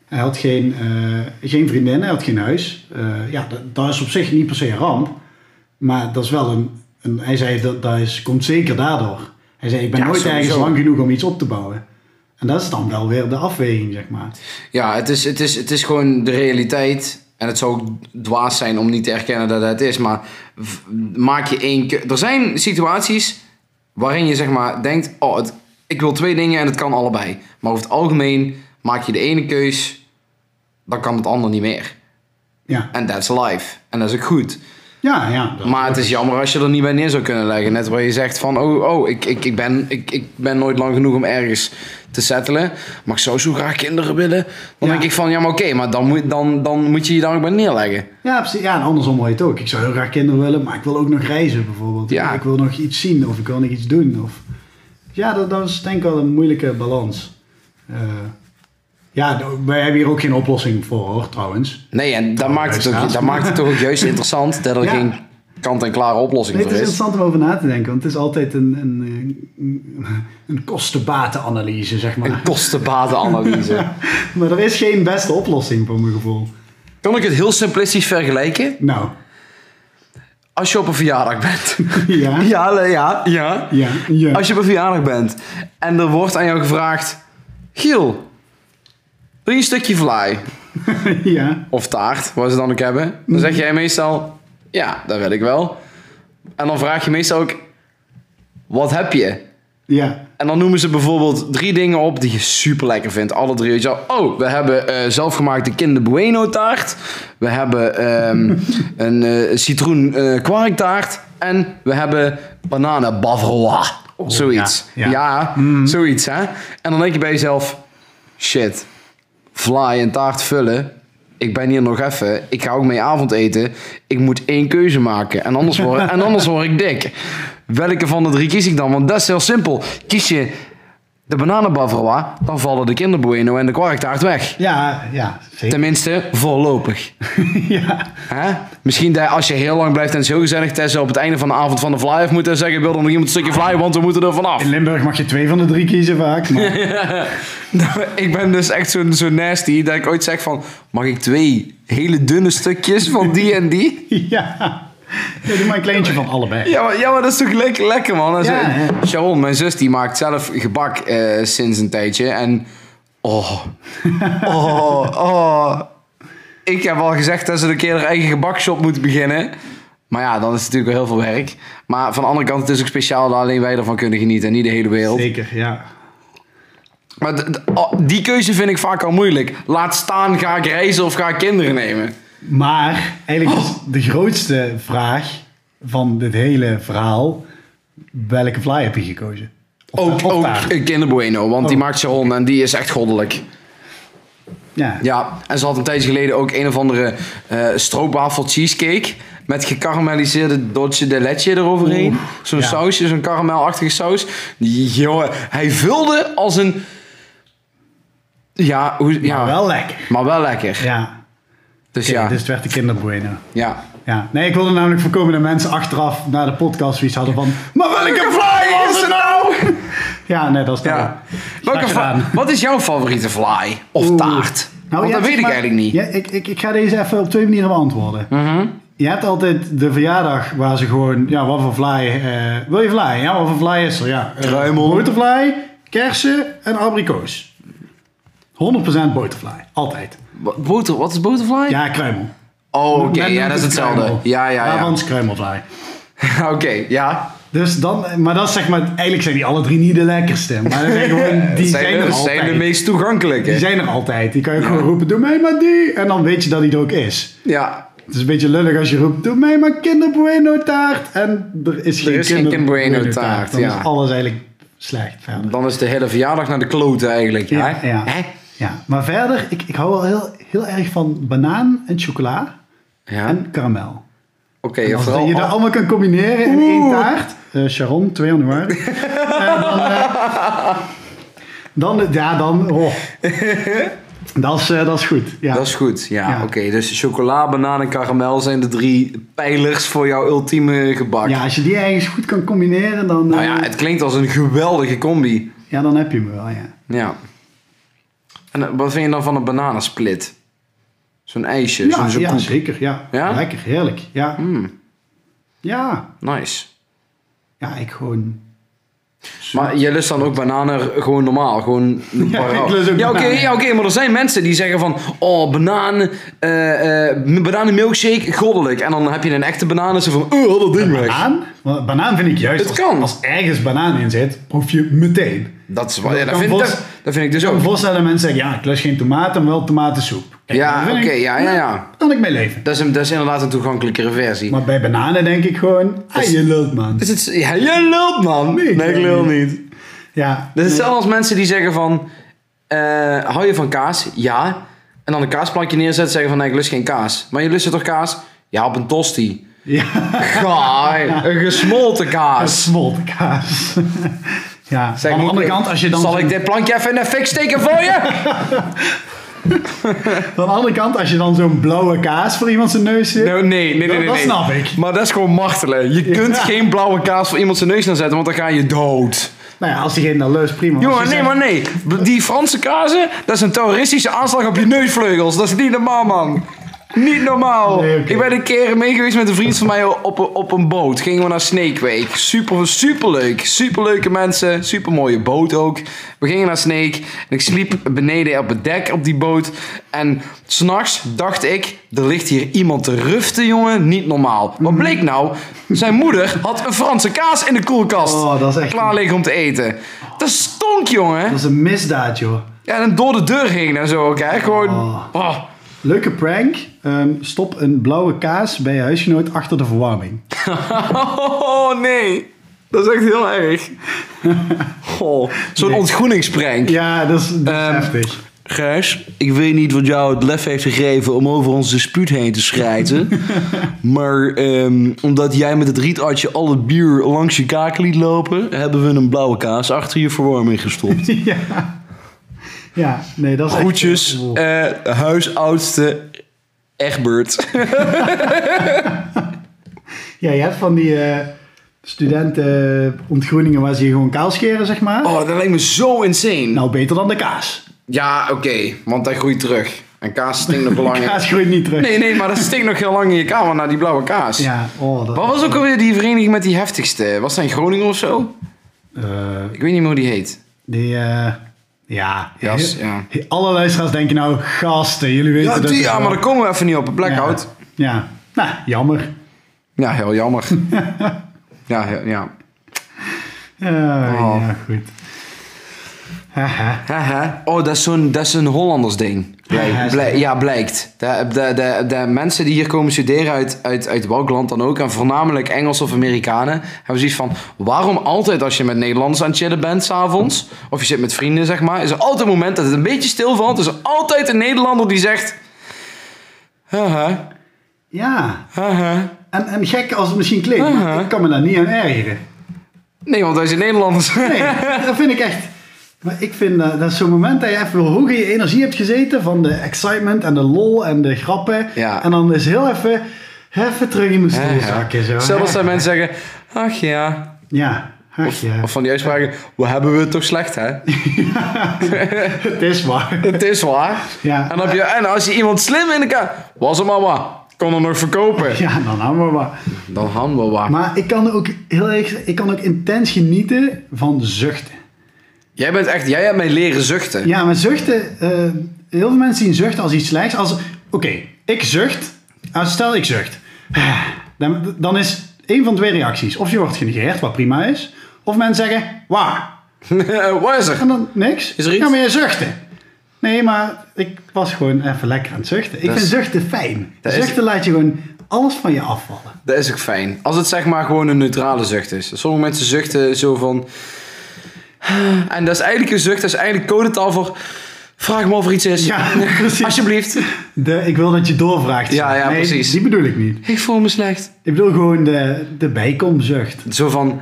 [SPEAKER 2] Hij had geen, eh, geen vriendin, hij had geen huis. Eh, ja, dat, dat is op zich niet per se een ramp. Maar dat is wel een. een hij zei dat, dat is, komt zeker daardoor. Hij zei: Ik ben
[SPEAKER 1] Ja,
[SPEAKER 2] nooit
[SPEAKER 1] sowieso.
[SPEAKER 2] ergens lang genoeg om iets op te bouwen. En dat is dan wel weer de afweging, zeg maar.
[SPEAKER 1] Ja, het is, het, is, het is gewoon de realiteit. En het zou ook dwaas zijn om niet te erkennen dat het is. Maar v- maak je één keu- Er zijn situaties waarin je zeg maar denkt... Oh, het, ik wil twee dingen en het kan allebei. Maar over het algemeen maak je de ene keus... Dan kan het ander niet meer.
[SPEAKER 2] Ja,
[SPEAKER 1] En that's life. En dat is ook goed.
[SPEAKER 2] ja, ja. dat-
[SPEAKER 1] Maar het is jammer als je er niet bij neer zou kunnen leggen. Net waar je zegt van, oh, oh ik, ik, ik, ben, ik, ik ben nooit lang genoeg om ergens te settelen. Maar ik zou zo graag kinderen willen. Dan
[SPEAKER 2] Ja.
[SPEAKER 1] denk ik van, ja, maar oké, maar dan moet, dan, dan moet je je daar ook bij neerleggen.
[SPEAKER 2] Ja, precies. Ja, en andersom hoor je het ook. Ik zou heel graag kinderen willen, maar ik wil ook nog reizen bijvoorbeeld.
[SPEAKER 1] Ja.
[SPEAKER 2] Ik wil nog iets zien of ik wil nog iets doen. Of... Ja, dat, dat is denk ik wel een moeilijke balans. Eh, ja, d- wij hebben hier ook geen oplossing voor hoor, trouwens.
[SPEAKER 1] Nee, en dat maakt het, ook, dat maakt het toch ook juist interessant dat er
[SPEAKER 2] Oh, Ja.
[SPEAKER 1] geen kant-en-klare oplossing
[SPEAKER 2] Nee, het
[SPEAKER 1] voor
[SPEAKER 2] is
[SPEAKER 1] is.
[SPEAKER 2] interessant om over na te denken, want het is altijd een, een, een, een kostenbatenanalyse, zeg maar.
[SPEAKER 1] Een kostenbatenanalyse.
[SPEAKER 2] Maar er is geen beste oplossing voor mijn gevoel.
[SPEAKER 1] Kan ik het heel simplistisch vergelijken?
[SPEAKER 2] Nou,
[SPEAKER 1] Als je op een verjaardag bent.
[SPEAKER 2] ja, ja,
[SPEAKER 1] Ja, ja, ja.
[SPEAKER 2] ja. ja.
[SPEAKER 1] Als je op een verjaardag bent en er wordt aan jou gevraagd: Giel, wil je een stukje vlaai of taart, wat ze dan ook hebben? Dan zeg jij meestal: Ja, dat wil ik wel. En dan vraag je meestal ook: Wat heb je?
[SPEAKER 2] ja.
[SPEAKER 1] En dan noemen ze bijvoorbeeld drie dingen op die je super lekker vindt. Alle drie. Weet je wel. Oh, we hebben eh, zelfgemaakte Kinder Bueno taart. We hebben ehm, een eh, citroen eh, kwarktaart. En we hebben bananen bavrois. zoiets.
[SPEAKER 2] ja,
[SPEAKER 1] Oh, Ja, Mm.
[SPEAKER 2] ja.
[SPEAKER 1] zoiets hè. En dan denk je bij jezelf: shit, vlaai en taart vullen. Ik ben hier nog even. Ik ga ook mee avondeten. Ik moet één keuze maken. En anders, word, en anders word ik dik. Welke van de drie kies ik dan? Want dat is heel simpel. Kies je de bananenbavrois, dan vallen de kinderbueno en de kwarktaart weg.
[SPEAKER 2] Ja, ja, zeker.
[SPEAKER 1] Tenminste, voorlopig.
[SPEAKER 2] Ja.
[SPEAKER 1] Hè? Misschien dat als je heel lang blijft en het is heel gezellig... dat ze op het einde van de avond van de fly-off moeten zeggen... wil er nog iemand een stukje fly, want we moeten er vanaf.
[SPEAKER 2] In Limburg mag je twee van de drie kiezen vaak. Maar...
[SPEAKER 1] Nou, ik ben dus echt zo, zo nasty dat ik ooit zeg van... mag ik twee hele dunne stukjes van die en die?
[SPEAKER 2] Ja. ja, doe maar een kleintje van allebei.
[SPEAKER 1] Ja, maar, ja, maar dat is toch lekker, lekker man. Dat is-
[SPEAKER 2] Ja, ja.
[SPEAKER 1] Sharon, mijn zus, die maakt zelf gebak eh, sinds een tijdje. En oh, oh, oh. Ik heb al gezegd dat ze een keer haar eigen gebakshop moeten beginnen. Maar ja, dan is het natuurlijk wel heel veel werk. Maar van de andere kant, het is ook speciaal dat alleen wij ervan kunnen genieten. en Niet de hele wereld.
[SPEAKER 2] Zeker, ja.
[SPEAKER 1] Maar d- d- oh, die keuze vind ik vaak al moeilijk. Laat staan, ga ik reizen of ga ik kinderen nemen?
[SPEAKER 2] Maar eigenlijk
[SPEAKER 1] Oh.
[SPEAKER 2] is de grootste vraag van dit hele verhaal: welke fly heb je gekozen? Of
[SPEAKER 1] Ook,
[SPEAKER 2] ta- of
[SPEAKER 1] ook
[SPEAKER 2] taart.
[SPEAKER 1] eh, kinderbueno, want die
[SPEAKER 2] Oh.
[SPEAKER 1] maakt Sharon en die is echt goddelijk.
[SPEAKER 2] Ja.
[SPEAKER 1] Ja, en ze had een tijdje geleden ook een of andere eh stroopwafel cheesecake. Met gekarameliseerde dodge de leche eroverheen.
[SPEAKER 2] Oeh,
[SPEAKER 1] zo'n
[SPEAKER 2] ja.
[SPEAKER 1] sausje, zo'n karamelachtige saus. Jongen, hij vulde als een... Ja, hoe, ja
[SPEAKER 2] Maar wel lekker.
[SPEAKER 1] maar wel lekker.
[SPEAKER 2] Ja.
[SPEAKER 1] Dus
[SPEAKER 2] Oké,
[SPEAKER 1] ja,
[SPEAKER 2] Dus het werd de kinderbueno.
[SPEAKER 1] ja.
[SPEAKER 2] Ja. Nee, ik wilde namelijk voorkomen dat mensen achteraf na de podcast zoiets hadden van. Maar welke fly is het?
[SPEAKER 1] nou?
[SPEAKER 2] Ja, nee, dat is
[SPEAKER 1] Ja.
[SPEAKER 2] Graag
[SPEAKER 1] Welke
[SPEAKER 2] gedaan.
[SPEAKER 1] vla- wat is jouw favoriete fly? Of
[SPEAKER 2] Oeh.
[SPEAKER 1] taart?
[SPEAKER 2] Nou,
[SPEAKER 1] Want
[SPEAKER 2] ja,
[SPEAKER 1] dat weet
[SPEAKER 2] zeg
[SPEAKER 1] ik
[SPEAKER 2] maar-
[SPEAKER 1] eigenlijk niet. Mhm.
[SPEAKER 2] Ja, ik, ik, ik ga deze even op twee manieren beantwoorden. Je hebt altijd de verjaardag waar ze gewoon, ja, wat voor vlaai, eh, wil je vlaai? Ja, wat voor vlaai is er? Ja, eh,
[SPEAKER 1] Kruimel.
[SPEAKER 2] Botervlaai, kersen en abrikoos. 100% botervlaai, altijd.
[SPEAKER 1] Wat- Boter, wat is butterfly?
[SPEAKER 2] Ja, kruimel.
[SPEAKER 1] Oh, oké,
[SPEAKER 2] Men
[SPEAKER 1] ja,
[SPEAKER 2] noemt
[SPEAKER 1] dat
[SPEAKER 2] het
[SPEAKER 1] is hetzelfde.
[SPEAKER 2] kruimel.
[SPEAKER 1] Ja, ja, ja.
[SPEAKER 2] Brabants kruimelvlaai.
[SPEAKER 1] Oké, ja.
[SPEAKER 2] Dus dan, maar dat is zeg maar, eigenlijk zijn die alle drie niet de lekkerste. Maar dat zijn gewoon, die zijn, er
[SPEAKER 1] de,
[SPEAKER 2] altijd.
[SPEAKER 1] zijn de meest toegankelijke.
[SPEAKER 2] die zijn er altijd. Die kan je gewoon roepen, doe mij maar die. En dan weet je dat die er ook is.
[SPEAKER 1] Ja,
[SPEAKER 2] Het is een beetje lullig als je roept, doe mij maar kinderbueno taart. En er is geen,
[SPEAKER 1] is geen
[SPEAKER 2] kinder
[SPEAKER 1] Kinder Bueno
[SPEAKER 2] Bueno
[SPEAKER 1] taart,
[SPEAKER 2] Dan
[SPEAKER 1] ja.
[SPEAKER 2] is alles eigenlijk slecht verder.
[SPEAKER 1] Dan is de hele verjaardag naar de kloten eigenlijk. Ja,
[SPEAKER 2] Ja, ja.
[SPEAKER 1] Hè?
[SPEAKER 2] Ja, maar verder, ik, ik hou wel heel, heel erg van banaan en chocola
[SPEAKER 1] Ja.
[SPEAKER 2] en karamel.
[SPEAKER 1] Oké,
[SPEAKER 2] En als
[SPEAKER 1] vooral... oh,
[SPEAKER 2] je dat allemaal kan combineren in één taart. eh, Sharon, 2 januari. Eh, dan, eh, dan, ja, dan, oh. dat, is, eh, dat is goed. Ja.
[SPEAKER 1] Dat is goed, ja.
[SPEAKER 2] Ja.
[SPEAKER 1] Oké, dus chocola, banaan en karamel zijn de drie pijlers voor jouw ultieme gebak.
[SPEAKER 2] ja, als je die ergens goed kan combineren, dan,
[SPEAKER 1] Nou
[SPEAKER 2] eh,
[SPEAKER 1] ja, het klinkt als een geweldige combi.
[SPEAKER 2] ja, dan heb je hem wel, ja.
[SPEAKER 1] Ja. En eh, wat vind je dan van een bananensplit? Zo'n ijsje,
[SPEAKER 2] Ja,
[SPEAKER 1] zo'n zo'n
[SPEAKER 2] ja,
[SPEAKER 1] koek.
[SPEAKER 2] zeker, ja.
[SPEAKER 1] Ja?
[SPEAKER 2] Lekker, heerlijk, ja.
[SPEAKER 1] Mm,
[SPEAKER 2] Ja,
[SPEAKER 1] nice.
[SPEAKER 2] ja ik gewoon...
[SPEAKER 1] Maar jij lust dan ook bananen gewoon normaal? Gewoon
[SPEAKER 2] ik lust ook
[SPEAKER 1] ja, oké,
[SPEAKER 2] bananen.
[SPEAKER 1] ja, oké, maar er zijn mensen die zeggen van... Oh, banaan, eh eh bananenmilkshake, goddelijk. En dan heb je een echte bananen, zo van... Oh, dat ding weg.
[SPEAKER 2] Banaan? Want banaan vind ik juist,
[SPEAKER 1] Het
[SPEAKER 2] als,
[SPEAKER 1] kan.
[SPEAKER 2] als ergens banaan in zit, proef je meteen.
[SPEAKER 1] Dat, is, wel- ja,
[SPEAKER 2] Dat
[SPEAKER 1] dat,
[SPEAKER 2] kan
[SPEAKER 1] vind,
[SPEAKER 2] bos-
[SPEAKER 1] dat, dat vind ik dus
[SPEAKER 2] Ik kan
[SPEAKER 1] ook.
[SPEAKER 2] me voorstellen dat mensen zeggen, ja, ik lust geen tomaten, maar wel tomatensoep. Kijk,
[SPEAKER 1] Ja,
[SPEAKER 2] dat vind ik- Nou,
[SPEAKER 1] oké, ja, ja, ja.
[SPEAKER 2] Kan ik mee leven.
[SPEAKER 1] Dat is, een- dat is inderdaad een toegankelijkere versie.
[SPEAKER 2] Maar bij bananen denk ik gewoon, ah, je lult man.
[SPEAKER 1] Is het, ja, jij lult, man.
[SPEAKER 2] Nee, ik lul
[SPEAKER 1] niet.
[SPEAKER 2] Ja,
[SPEAKER 1] Dat is
[SPEAKER 2] nee.
[SPEAKER 1] hetzelfde als mensen die zeggen van... eh, hou je van kaas? Ja. En dan een kaasplankje neerzetten zeggen van... Nee, ik lust geen kaas. Maar je lust toch kaas? Ja, op een tosti.
[SPEAKER 2] ja,
[SPEAKER 1] Gaai, een gesmolten kaas.
[SPEAKER 2] gesmolten kaas. ja,
[SPEAKER 1] Zeg
[SPEAKER 2] aan de
[SPEAKER 1] maar,
[SPEAKER 2] andere kant, als je dan...
[SPEAKER 1] Zal
[SPEAKER 2] zo'n-
[SPEAKER 1] ik dit plankje even in de fik steken voor je?
[SPEAKER 2] Aan de andere kant, als je dan zo'n blauwe kaas voor iemand zijn neus zit.
[SPEAKER 1] Nee, nee, nee, nee. nee,
[SPEAKER 2] Dat- dat
[SPEAKER 1] nee.
[SPEAKER 2] snap ik.
[SPEAKER 1] Maar dat is gewoon martelen. Je kunt
[SPEAKER 2] Ja.
[SPEAKER 1] geen blauwe kaas voor iemand zijn neus neerzetten, want dan ga je dood.
[SPEAKER 2] Nou ja, als diegene dat lust, prima. Als je
[SPEAKER 1] Jongen, nee,
[SPEAKER 2] zegt-
[SPEAKER 1] maar nee. B- Die Franse kazen, dat is een terroristische aanslag op je neusvleugels. Dat is niet normaal, man. Niet normaal.
[SPEAKER 2] Nee, oké.
[SPEAKER 1] Ik ben een keer mee geweest met een vriend van mij op, een- op een boot. Gingen we naar Snake Week. Super, superleuk. Superleuke mensen. Supermooie boot ook. We gingen naar Snake. En ik sliep beneden op het dek op die boot. En s'nachts dacht ik, er ligt hier iemand te ruften, jongen. Niet normaal. Wat bleek nou? Zijn moeder had een Franse kaas in de koelkast.
[SPEAKER 2] Oh, dat is echt-
[SPEAKER 1] Klaar liggen om te eten. Dat stonk, jongen.
[SPEAKER 2] Dat is een misdaad, joh.
[SPEAKER 1] Ja, en door de deur heen en zo ook. Hè. Gewoon.
[SPEAKER 2] Oh.
[SPEAKER 1] Oh.
[SPEAKER 2] Leuke prank. Ehm, stop een blauwe kaas bij je huisgenoot achter de verwarming.
[SPEAKER 1] Oh, nee. Dat is echt heel erg. Oh, Zo'n ontgroeningsprank.
[SPEAKER 2] Ja, dat is, dat is
[SPEAKER 1] Ehm,
[SPEAKER 2] heftig.
[SPEAKER 1] Gijs, ik weet niet wat jou het lef heeft gegeven om over ons dispuut heen te schrijten. maar ehm, omdat jij met het rietartje al het bier langs je kaak liet lopen, hebben we een blauwe kaas achter je verwarming gestopt.
[SPEAKER 2] ja. ja, nee, dat is echt-
[SPEAKER 1] Groetjes, eh, huisoudste Egbert.
[SPEAKER 2] Ja, je hebt van die eh, studentenontgroeningen waar ze je gewoon kaal scheren, zeg maar.
[SPEAKER 1] Oh, dat lijkt me zo insane.
[SPEAKER 2] Nou, beter dan de kaas.
[SPEAKER 1] Ja, oké, want hij groeit terug. En kaas stinkt nog belangrijk.
[SPEAKER 2] Kaas groeit niet terug.
[SPEAKER 1] Nee, nee, maar dat stinkt nog heel lang in je kamer naar die blauwe kaas.
[SPEAKER 2] Ja, oh, dat...
[SPEAKER 1] Wat was ook alweer die vereniging met die heftigste? Was dat in Groningen of zo?
[SPEAKER 2] Eh,
[SPEAKER 1] Ik weet niet meer hoe die heet.
[SPEAKER 2] die, eh, ja.
[SPEAKER 1] Jas, ja.
[SPEAKER 2] Alle luisteraars denken nou, gasten, jullie weten
[SPEAKER 1] Ja,
[SPEAKER 2] dat...
[SPEAKER 1] die,
[SPEAKER 2] het
[SPEAKER 1] ja,
[SPEAKER 2] wel-
[SPEAKER 1] maar daar komen we even niet op. Een blackout.
[SPEAKER 2] Ja. ja, nou, jammer.
[SPEAKER 1] Ja, heel jammer. ja, heel- ja.
[SPEAKER 2] Eh,
[SPEAKER 1] Oh.
[SPEAKER 2] Ja, goed. Haha.
[SPEAKER 1] Haha. Oh, dat is zo'n dat is een Hollanders ding. Blijk-
[SPEAKER 2] Ja, is
[SPEAKER 1] blijk-
[SPEAKER 2] dat-
[SPEAKER 1] ja, blijkt. De, de, de, de mensen die hier komen studeren uit, uit, uit welk land dan ook, en voornamelijk Engels of Amerikanen, hebben zoiets van: waarom altijd als je met Nederlanders aan het chillen bent s'avonds, of je zit met vrienden zeg maar, is er altijd een moment dat het een beetje stilvalt, is er altijd een Nederlander die zegt: haha,
[SPEAKER 2] ja,
[SPEAKER 1] haha.
[SPEAKER 2] en, en gek als het misschien klinkt, maar
[SPEAKER 1] Aha.
[SPEAKER 2] ik kan me daar niet aan ergeren.
[SPEAKER 1] Nee, want wij zijn Nederlanders.
[SPEAKER 2] Nee, dat vind ik echt. Maar ik vind dat, dat is zo'n moment dat je even wil hoog in je energie hebt gezeten van de excitement en de lol en de grappen.
[SPEAKER 1] Ja.
[SPEAKER 2] En dan is heel even, even terug in mijn stoel zakken. Zo.
[SPEAKER 1] Zelfs dat mensen zeggen: ach ja.
[SPEAKER 2] Ja, ach ja,
[SPEAKER 1] Of van die uitspraken: we hebben we het toch slecht hè?
[SPEAKER 2] het is waar.
[SPEAKER 1] Het is waar.
[SPEAKER 2] Ja.
[SPEAKER 1] En, dan heb je, en als je iemand slim in de kaart... Was het mama. Kon hem nog verkopen.
[SPEAKER 2] Ja, dan aan maar maar.
[SPEAKER 1] Dan handel waar.
[SPEAKER 2] Maar ik kan ook heel erg, ik kan ook intens genieten van zuchten.
[SPEAKER 1] Jij bent echt... Jij hebt mij leren zuchten.
[SPEAKER 2] Ja, maar zuchten, eh, heel veel mensen zien zuchten als iets slechts. Als, oké, ik zucht, als stel ik zucht, dan, dan is één van twee reacties. Of je wordt genegeerd, wat prima is, of mensen zeggen, waar?
[SPEAKER 1] Waar is er?
[SPEAKER 2] En dan niks.
[SPEAKER 1] Is er iets?
[SPEAKER 2] Ja, maar je zuchtte. Nee, maar ik was gewoon even lekker aan het zuchten. Ik
[SPEAKER 1] Dat
[SPEAKER 2] vind
[SPEAKER 1] is-
[SPEAKER 2] zuchten fijn.
[SPEAKER 1] dat is-
[SPEAKER 2] Zuchten laat je gewoon alles van je afvallen.
[SPEAKER 1] Dat is ook fijn. Als het zeg maar gewoon een neutrale zucht is. Sommige mensen zuchten zo van... En dat is eigenlijk een zucht, dat is eigenlijk codetaal voor... Vraag me of er iets is.
[SPEAKER 2] Ja, precies.
[SPEAKER 1] Alsjeblieft.
[SPEAKER 2] De, ik wil dat je doorvraagt.
[SPEAKER 1] Ja, ja,
[SPEAKER 2] Nee,
[SPEAKER 1] precies.
[SPEAKER 2] Die bedoel ik niet.
[SPEAKER 1] Ik voel me slecht.
[SPEAKER 2] Ik bedoel gewoon de, de bijkomzucht.
[SPEAKER 1] Zo van...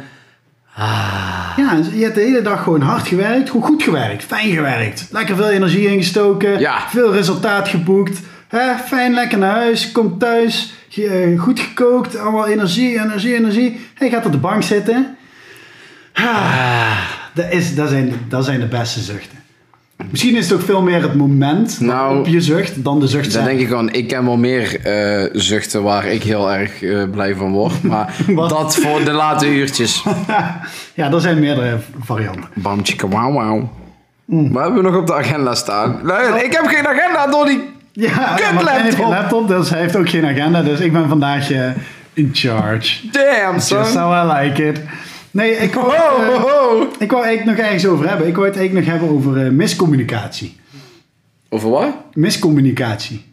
[SPEAKER 2] Ja, dus je hebt de hele dag gewoon hard gewerkt, gewoon goed gewerkt, fijn gewerkt. Lekker veel energie ingestoken,
[SPEAKER 1] Ja.
[SPEAKER 2] veel resultaat geboekt. Hè, fijn lekker naar huis, komt thuis, ge- eh, goed gekookt, allemaal energie, energie, energie. Hij gaat op de bank zitten. Ha,
[SPEAKER 1] Ah.
[SPEAKER 2] dat, is, dat, zijn, dat zijn de beste zuchten. Misschien is het ook veel meer het moment
[SPEAKER 1] Nou,
[SPEAKER 2] op je zucht dan de zucht
[SPEAKER 1] Dan
[SPEAKER 2] zelf.
[SPEAKER 1] denk ik gewoon, ik ken wel meer eh, zuchten waar ik heel erg eh, blij van word. Maar
[SPEAKER 2] Wat?
[SPEAKER 1] dat voor de late uurtjes.
[SPEAKER 2] ja, er zijn meerdere varianten.
[SPEAKER 1] Bam, chicka, wauw, wauw. Wat hebben we nog op de agenda staan? Nee, ik heb geen agenda, Donnie.
[SPEAKER 2] Ja,
[SPEAKER 1] Kut
[SPEAKER 2] maar hij heeft geen
[SPEAKER 1] laptop.
[SPEAKER 2] laptop, dus hij heeft ook geen agenda. Dus ik ben vandaag eh, in charge.
[SPEAKER 1] Damn,
[SPEAKER 2] Just
[SPEAKER 1] son.
[SPEAKER 2] how I like it. Nee, ik wou, het,
[SPEAKER 1] Ho,
[SPEAKER 2] eh,
[SPEAKER 1] ho, ho.
[SPEAKER 2] ik wou eigenlijk nog ergens over hebben. Ik wou het eigenlijk nog hebben over eh, miscommunicatie.
[SPEAKER 1] Over wat?
[SPEAKER 2] Miscommunicatie.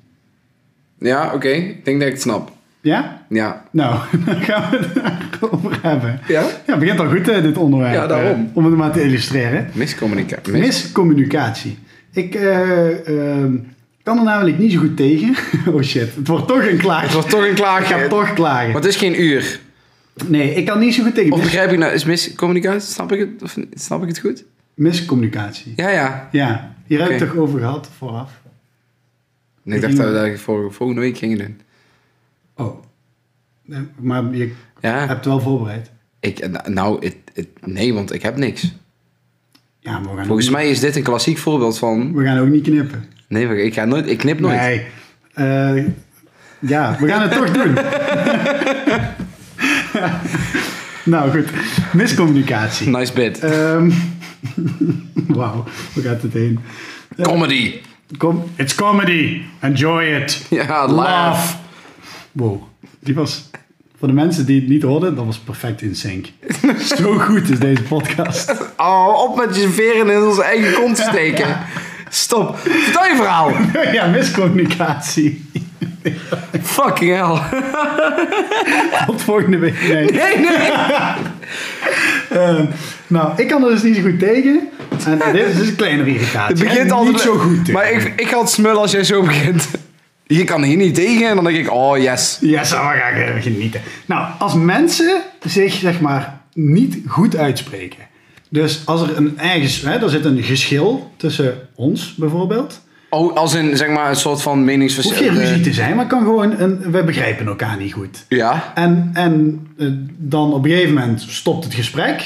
[SPEAKER 1] Ja, oké. Ik denk dat ik het snap.
[SPEAKER 2] Ja?
[SPEAKER 1] Ja.
[SPEAKER 2] Nou, daar gaan we het over hebben.
[SPEAKER 1] Ja?
[SPEAKER 2] het begint al goed, eh, dit onderwerp.
[SPEAKER 1] Ja, daarom.
[SPEAKER 2] eh, om het maar te illustreren.
[SPEAKER 1] Miscommunicatie. Mis-
[SPEAKER 2] Miscommunicatie. Ik eh, ehm, kan er namelijk niet zo goed tegen. oh shit, het wordt toch een klaag.
[SPEAKER 1] Het wordt toch een
[SPEAKER 2] Ik ga
[SPEAKER 1] klaagje. Maar
[SPEAKER 2] toch klagen.
[SPEAKER 1] het is geen uur.
[SPEAKER 2] Nee, ik kan niet zo goed tegen
[SPEAKER 1] Of
[SPEAKER 2] mis-
[SPEAKER 1] begrijp ik nou, is miscommunicatie, snap ik het, of, snap ik het goed?
[SPEAKER 2] miscommunicatie.
[SPEAKER 1] Ja, ja.
[SPEAKER 2] Ja, hier heb ik
[SPEAKER 1] Oké.
[SPEAKER 2] het toch over gehad vooraf.
[SPEAKER 1] Nee, ik dacht dat we dat vorige- volgende week gingen doen.
[SPEAKER 2] Oh. Nee, Maar je
[SPEAKER 1] Ja.
[SPEAKER 2] hebt wel voorbereid.
[SPEAKER 1] Ik, nou, het, het- nee, want ik heb niks.
[SPEAKER 2] Ja, maar we gaan,
[SPEAKER 1] Volgens
[SPEAKER 2] ook,
[SPEAKER 1] mij is dit een klassiek voorbeeld van...
[SPEAKER 2] we gaan ook niet knippen.
[SPEAKER 1] Nee, maar ik, ga nooit, ik knip nooit.
[SPEAKER 2] Nee. Eh, ja, we gaan het toch doen. nou goed, miscommunicatie.
[SPEAKER 1] Nice bit.
[SPEAKER 2] Ehm, Wauw, waar gaat het heen?
[SPEAKER 1] Comedy.
[SPEAKER 2] Kom, it's comedy. Enjoy it.
[SPEAKER 1] Ja, laugh.
[SPEAKER 2] Laugh. Wow, die was... Voor de mensen die het niet hoorden, dat was perfect in sync. Zo goed is deze podcast.
[SPEAKER 1] Oh, op met je veren in onze eigen kont te steken. Stop. Vertel je verhaal.
[SPEAKER 2] ja, miscommunicatie.
[SPEAKER 1] Fucking hell.
[SPEAKER 2] Tot volgende week. Nee.
[SPEAKER 1] Nee, nee.
[SPEAKER 2] Ehm, nou, ik kan er dus niet zo goed tegen. En dit is dus een kleinere irritatie.
[SPEAKER 1] Het begint
[SPEAKER 2] En
[SPEAKER 1] altijd
[SPEAKER 2] niet zo goed. tegen.
[SPEAKER 1] Maar ik, ik ga het smullen als jij zo begint. Je kan hier niet tegen. En dan denk ik, oh yes.
[SPEAKER 2] Ja, zo ga ik eh, genieten. Nou, als mensen zich zeg maar niet goed uitspreken. Dus als er een ergens, hè, er zit een geschil tussen ons bijvoorbeeld.
[SPEAKER 1] Oh, als in zeg maar een soort van
[SPEAKER 2] Hoeft geen
[SPEAKER 1] meningsverschil. eh,
[SPEAKER 2] ruzie te zijn, maar kan gewoon een, we begrijpen elkaar niet goed.
[SPEAKER 1] Ja.
[SPEAKER 2] En, en eh, dan op een gegeven moment stopt het gesprek.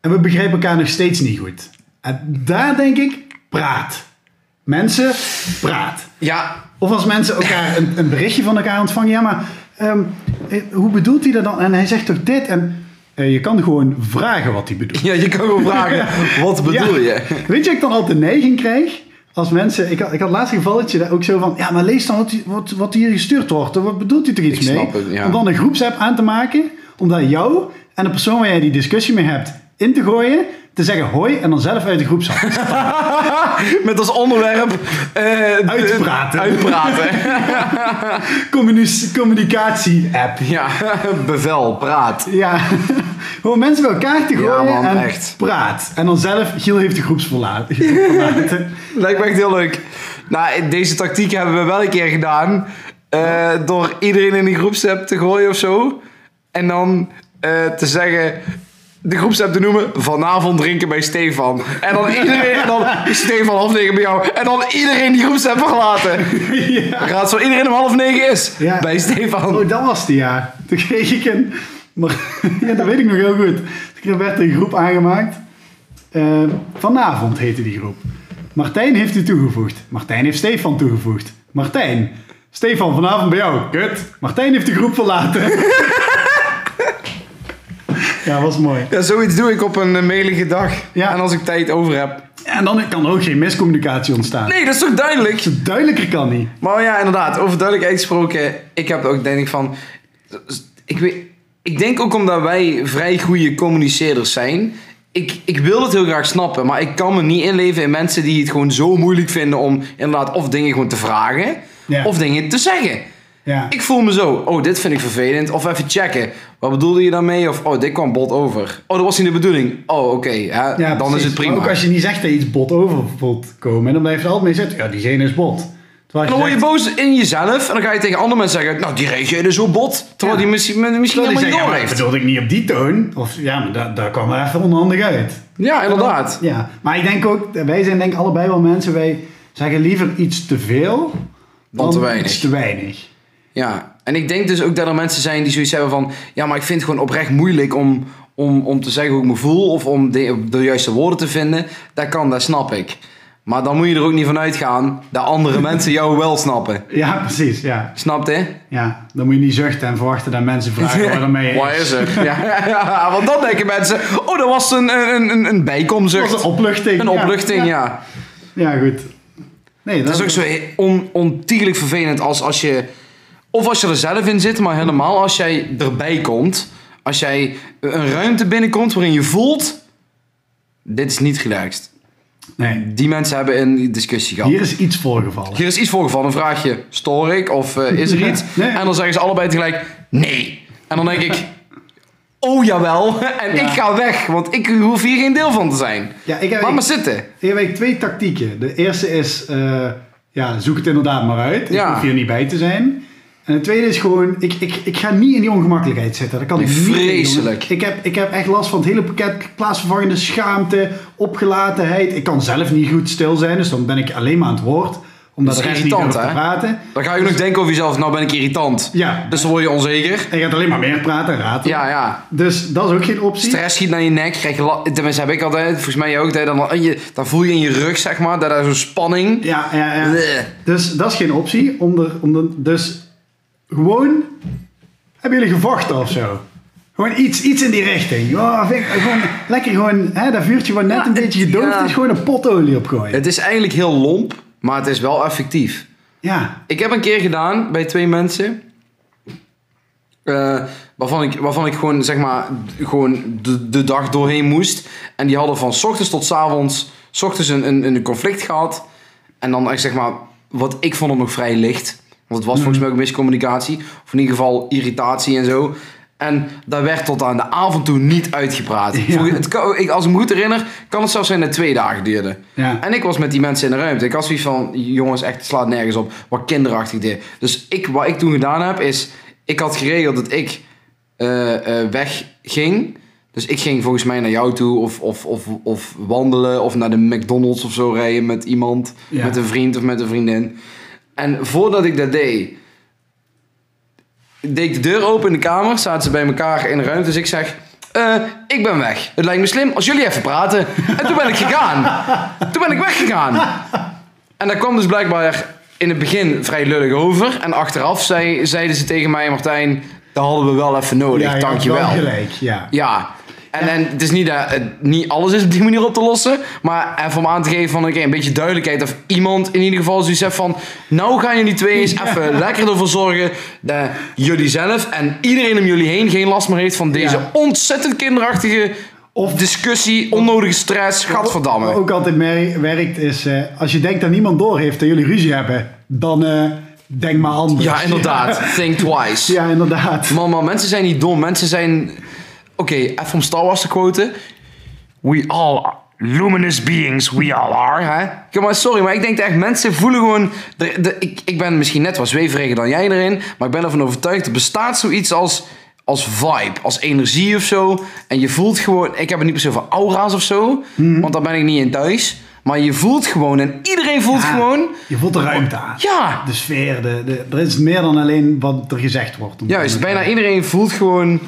[SPEAKER 2] En we begrijpen elkaar nog steeds niet goed. En daar denk ik, praat. Mensen, praat.
[SPEAKER 1] Ja.
[SPEAKER 2] Of als mensen elkaar een, een berichtje van elkaar ontvangen. Ja, maar ehm, eh, hoe bedoelt hij dat dan? En hij zegt toch dit? En eh, je kan gewoon vragen wat hij bedoelt.
[SPEAKER 1] Ja, je kan gewoon vragen, wat bedoel
[SPEAKER 2] Ja.
[SPEAKER 1] je?
[SPEAKER 2] Weet je, ik dan altijd de neiging krijg. Als mensen, ik had, ik had laatst een gevalletje daar ook zo van, ja, maar lees dan wat, die- wat, wat hier gestuurd wordt. Wat bedoelt hij er iets
[SPEAKER 1] Ik
[SPEAKER 2] mee?
[SPEAKER 1] snap het, ja.
[SPEAKER 2] Om dan een groepsapp aan te maken, om daar jou en de persoon waar jij die discussie mee hebt in te gooien, te zeggen hoi en dan zelf uit de groepsapp.
[SPEAKER 1] Met als onderwerp... eh,
[SPEAKER 2] Uitpraten.
[SPEAKER 1] Uitpraten.
[SPEAKER 2] Communis- Communicatie-app.
[SPEAKER 1] Ja, bevel, praat.
[SPEAKER 2] Ja, gewoon mensen bij elkaar te gooien
[SPEAKER 1] man,
[SPEAKER 2] en
[SPEAKER 1] echt.
[SPEAKER 2] praat. En dan zelf, Giel heeft de groeps verlaten. verlaten.
[SPEAKER 1] Lijkt me echt heel leuk. Nou, deze tactiek hebben we wel een keer gedaan. eh, door iedereen in die groepsapp te gooien of zo. En dan eh, te zeggen... De groepsapp te noemen, vanavond drinken bij Stefan. En dan iedereen, en dan is Stefan half negen bij jou. En dan iedereen die groepsapp verlaten.
[SPEAKER 2] ja.
[SPEAKER 1] Raad zo iedereen om half negen is.
[SPEAKER 2] Ja.
[SPEAKER 1] Bij Stefan.
[SPEAKER 2] Oh, dat was die, ja. Toen kreeg ik een... Maar, ja, dat weet ik nog heel goed. Toen werd er een groep aangemaakt. Eh, vanavond heette die groep. Martijn heeft u toegevoegd. Martijn heeft Stefan toegevoegd. Martijn. Stefan, vanavond bij jou. Kut. Martijn heeft de groep verlaten. ja, was mooi.
[SPEAKER 1] Ja, zoiets doe ik op een eh, melige dag.
[SPEAKER 2] Ja.
[SPEAKER 1] En als ik tijd over heb.
[SPEAKER 2] En dan kan er ook geen miscommunicatie ontstaan.
[SPEAKER 1] Nee, dat is toch duidelijk?
[SPEAKER 2] Duidelijker kan niet.
[SPEAKER 1] Maar ja, inderdaad, over duidelijkheid gesproken. Ik heb ook denk ik van. Ik, weet, ik denk ook omdat wij vrij goede communiceerders zijn. Ik, ik wil het heel graag snappen, maar ik kan me niet inleven in mensen die het gewoon zo moeilijk vinden om inderdaad of dingen gewoon te vragen
[SPEAKER 2] Ja.
[SPEAKER 1] of dingen te zeggen.
[SPEAKER 2] Ja.
[SPEAKER 1] Ik voel me zo, oh, dit vind ik vervelend. Of even checken. Wat bedoelde je daarmee? Of, oh, dit kwam bot over. Oh, dat was niet de bedoeling. Oh, oké. ja,
[SPEAKER 2] Ja,
[SPEAKER 1] dan
[SPEAKER 2] precies.
[SPEAKER 1] is het prima.
[SPEAKER 2] Maar ook als je niet zegt dat iets bot over voelt komen, dan blijf je er altijd mee zitten. Ja, diegene is bot. Terwijl
[SPEAKER 1] En
[SPEAKER 2] als
[SPEAKER 1] dan
[SPEAKER 2] je
[SPEAKER 1] word je
[SPEAKER 2] zegt,
[SPEAKER 1] boos in jezelf. En dan ga je tegen andere mensen zeggen, nou, die reageerde zo bot. Terwijl
[SPEAKER 2] Ja.
[SPEAKER 1] die misschien, misschien
[SPEAKER 2] terwijl die
[SPEAKER 1] helemaal niet
[SPEAKER 2] zegt, ja,
[SPEAKER 1] door
[SPEAKER 2] maar dat
[SPEAKER 1] heeft.
[SPEAKER 2] bedoelde ik niet op die toon. Of ja, maar dat, dat kwam er even onhandig uit.
[SPEAKER 1] Ja, inderdaad.
[SPEAKER 2] Ja, maar ik denk ook, wij zijn denk ik allebei wel mensen, wij zeggen liever iets te veel dan,
[SPEAKER 1] te weinig.
[SPEAKER 2] iets te weinig.
[SPEAKER 1] Ja, en ik denk dus ook dat er mensen zijn die zoiets hebben van... Ja, maar ik vind het gewoon oprecht moeilijk om, om, om te zeggen hoe ik me voel... of om de, de juiste woorden te vinden. Dat kan, dat snap ik. Maar dan moet je er ook niet van uitgaan dat andere mensen jou wel snappen.
[SPEAKER 2] Ja, precies, ja.
[SPEAKER 1] Snapt hè?
[SPEAKER 2] ja. Dan moet je niet zuchten en verwachten dat mensen vragen waar dan mee
[SPEAKER 1] Waar is het? Ja, ja, ja, want dan denken mensen... Oh, dat was een, een, een, een
[SPEAKER 2] Dat was
[SPEAKER 1] bijkomzucht.
[SPEAKER 2] een opluchting.
[SPEAKER 1] Een
[SPEAKER 2] ja.
[SPEAKER 1] opluchting,
[SPEAKER 2] Ja,
[SPEAKER 1] ja.
[SPEAKER 2] ja goed. Nee,
[SPEAKER 1] Dat is ook zo on, ontiegelijk vervelend als, als je... Of als je er zelf in zit, maar helemaal als jij erbij komt. Als jij een ruimte binnenkomt waarin je voelt... Dit is niet relaxed.
[SPEAKER 2] Nee,
[SPEAKER 1] Die mensen hebben een discussie gehad.
[SPEAKER 2] hier
[SPEAKER 1] Hier,
[SPEAKER 2] is iets voorgevallen.
[SPEAKER 1] is iets voorgevallen. Dan vraag je, stoor ik of eh, is er
[SPEAKER 2] Ja,
[SPEAKER 1] iets?
[SPEAKER 2] nee.
[SPEAKER 1] En dan zeggen ze allebei tegelijk, nee. En dan denk ik, oh jawel. En
[SPEAKER 2] Ja.
[SPEAKER 1] ik ga weg, want ik hoef hier geen deel van te zijn.
[SPEAKER 2] Ja, ik heb
[SPEAKER 1] Laat maar
[SPEAKER 2] ik,
[SPEAKER 1] zitten.
[SPEAKER 2] ik heb twee tactieken. De eerste is, eh, ja, zoek het inderdaad maar uit. Ik
[SPEAKER 1] Ja.
[SPEAKER 2] hoef hier niet bij te zijn. En de tweede is gewoon, ik, ik, ik ga niet in die ongemakkelijkheid zitten. Dat kan
[SPEAKER 1] Nee,
[SPEAKER 2] ik niet. doen, jongen.
[SPEAKER 1] vreselijk.
[SPEAKER 2] Ik heb, ik heb echt last van het hele pakket plaatsvervangende schaamte, opgelatenheid. Ik kan zelf niet goed stil zijn, dus dan ben ik alleen maar aan het woord. Omdat
[SPEAKER 1] Dat
[SPEAKER 2] de
[SPEAKER 1] is
[SPEAKER 2] rest niet
[SPEAKER 1] irritant,
[SPEAKER 2] durft te praten.
[SPEAKER 1] Dan ga je ook nog denken over jezelf, nou ben ik irritant.
[SPEAKER 2] Ja,
[SPEAKER 1] Dus dan word je onzeker.
[SPEAKER 2] en je gaat alleen maar meer praten en raten.
[SPEAKER 1] Ja, ja.
[SPEAKER 2] Dus dat is ook geen optie.
[SPEAKER 1] Stress schiet naar je nek, krijg je la- Tenminste, heb ik altijd, volgens mij jij ook, dat je dan, in je, dan voel je in je rug, zeg maar, dat daar zo'n spanning.
[SPEAKER 2] Ja, ja, ja.
[SPEAKER 1] Bleh.
[SPEAKER 2] Dus dat is geen optie. Om er- om de- dus gewoon. Hebben jullie gevochten of zo? Gewoon iets, iets in die richting. Ja, vind ik gewoon, lekker gewoon hè, dat vuurtje wat net
[SPEAKER 1] Ja,
[SPEAKER 2] een beetje gedoofd
[SPEAKER 1] ja.
[SPEAKER 2] is, gewoon een potolie opgooien.
[SPEAKER 1] Het is eigenlijk heel lomp, maar het is wel effectief.
[SPEAKER 2] ja,
[SPEAKER 1] Ik heb een keer gedaan bij twee mensen. eh, waarvan, ik, waarvan ik gewoon, zeg maar, gewoon de, de dag doorheen moest. En die hadden van s ochtends tot s avonds s ochtends een, een, een conflict gehad. En dan echt, zeg maar, wat ik vond hem nog vrij licht. Want het was volgens mij ook miscommunicatie. Of in ieder geval irritatie en zo. En daar werd tot aan de avond toe niet uitgepraat.
[SPEAKER 2] Ja.
[SPEAKER 1] Volgens- Het kan, ik, als ik me goed herinner, kan het zelfs zijn dat het twee dagen duurde.
[SPEAKER 2] ja.
[SPEAKER 1] En ik was met die mensen in de ruimte. Ik had zoiets van, jongens, echt, het slaat nergens op. Wat kinderachtig dit. Dus ik, wat ik toen gedaan heb, is... Ik had geregeld dat ik eh, eh, wegging. Dus ik ging volgens mij naar jou toe. Of, of, of, of wandelen. Of naar de McDonald's of zo rijden met iemand.
[SPEAKER 2] Ja.
[SPEAKER 1] Met een vriend of met een vriendin. En voordat ik dat deed... Deed ik de deur open in de kamer. Zaten ze bij elkaar in de ruimte. Dus ik zeg... eh, ik ben weg. Het lijkt me slim als jullie even praten. En toen ben ik gegaan. Toen ben ik weggegaan. En dat kwam dus blijkbaar in het begin vrij lullig over. En achteraf zei, zeiden ze tegen mij, Martijn, dat hadden we wel even nodig.
[SPEAKER 2] ja, je had wel
[SPEAKER 1] Dankjewel.
[SPEAKER 2] gelijk, ja.
[SPEAKER 1] Ja. En, en het is niet dat het niet alles is op die manier op te lossen. Maar even om aan te geven van oké, een beetje duidelijkheid. Of iemand in ieder geval zoiets heeft van... Nou gaan jullie twee eens even lekker ervoor zorgen... dat jullie zelf en iedereen om jullie heen geen last meer heeft... van deze
[SPEAKER 2] Ja.
[SPEAKER 1] ontzettend kinderachtige
[SPEAKER 2] Of-
[SPEAKER 1] discussie, onnodige stress. Gadverdamme.
[SPEAKER 2] Wat ook altijd mer- werkt is, eh, als je denkt dat niemand door heeft dat jullie ruzie hebben, dan eh, denk maar anders.
[SPEAKER 1] Ja, inderdaad. Think twice.
[SPEAKER 2] Ja, inderdaad.
[SPEAKER 1] Man, man, mensen zijn niet dom. Mensen zijn... Oké, even om Star Wars te quoten. We all are luminous beings. We all are, hè? Ja, maar sorry, maar ik denk echt... Mensen voelen gewoon... De, de, ik, ik ben misschien net wat zweveriger dan jij erin. Maar ik ben ervan overtuigd... Er bestaat zoiets als... Als vibe, als energie of zo. En je voelt gewoon... Ik heb het niet per se van aura's of zo. Want daar ben ik niet in thuis. Maar je voelt gewoon... En iedereen voelt
[SPEAKER 2] Ja,
[SPEAKER 1] gewoon...
[SPEAKER 2] Je voelt de ruimte aan.
[SPEAKER 1] Ja,
[SPEAKER 2] De sfeer, de, de, er is meer dan alleen wat er gezegd wordt.
[SPEAKER 1] Juist, bijna iedereen voelt gewoon.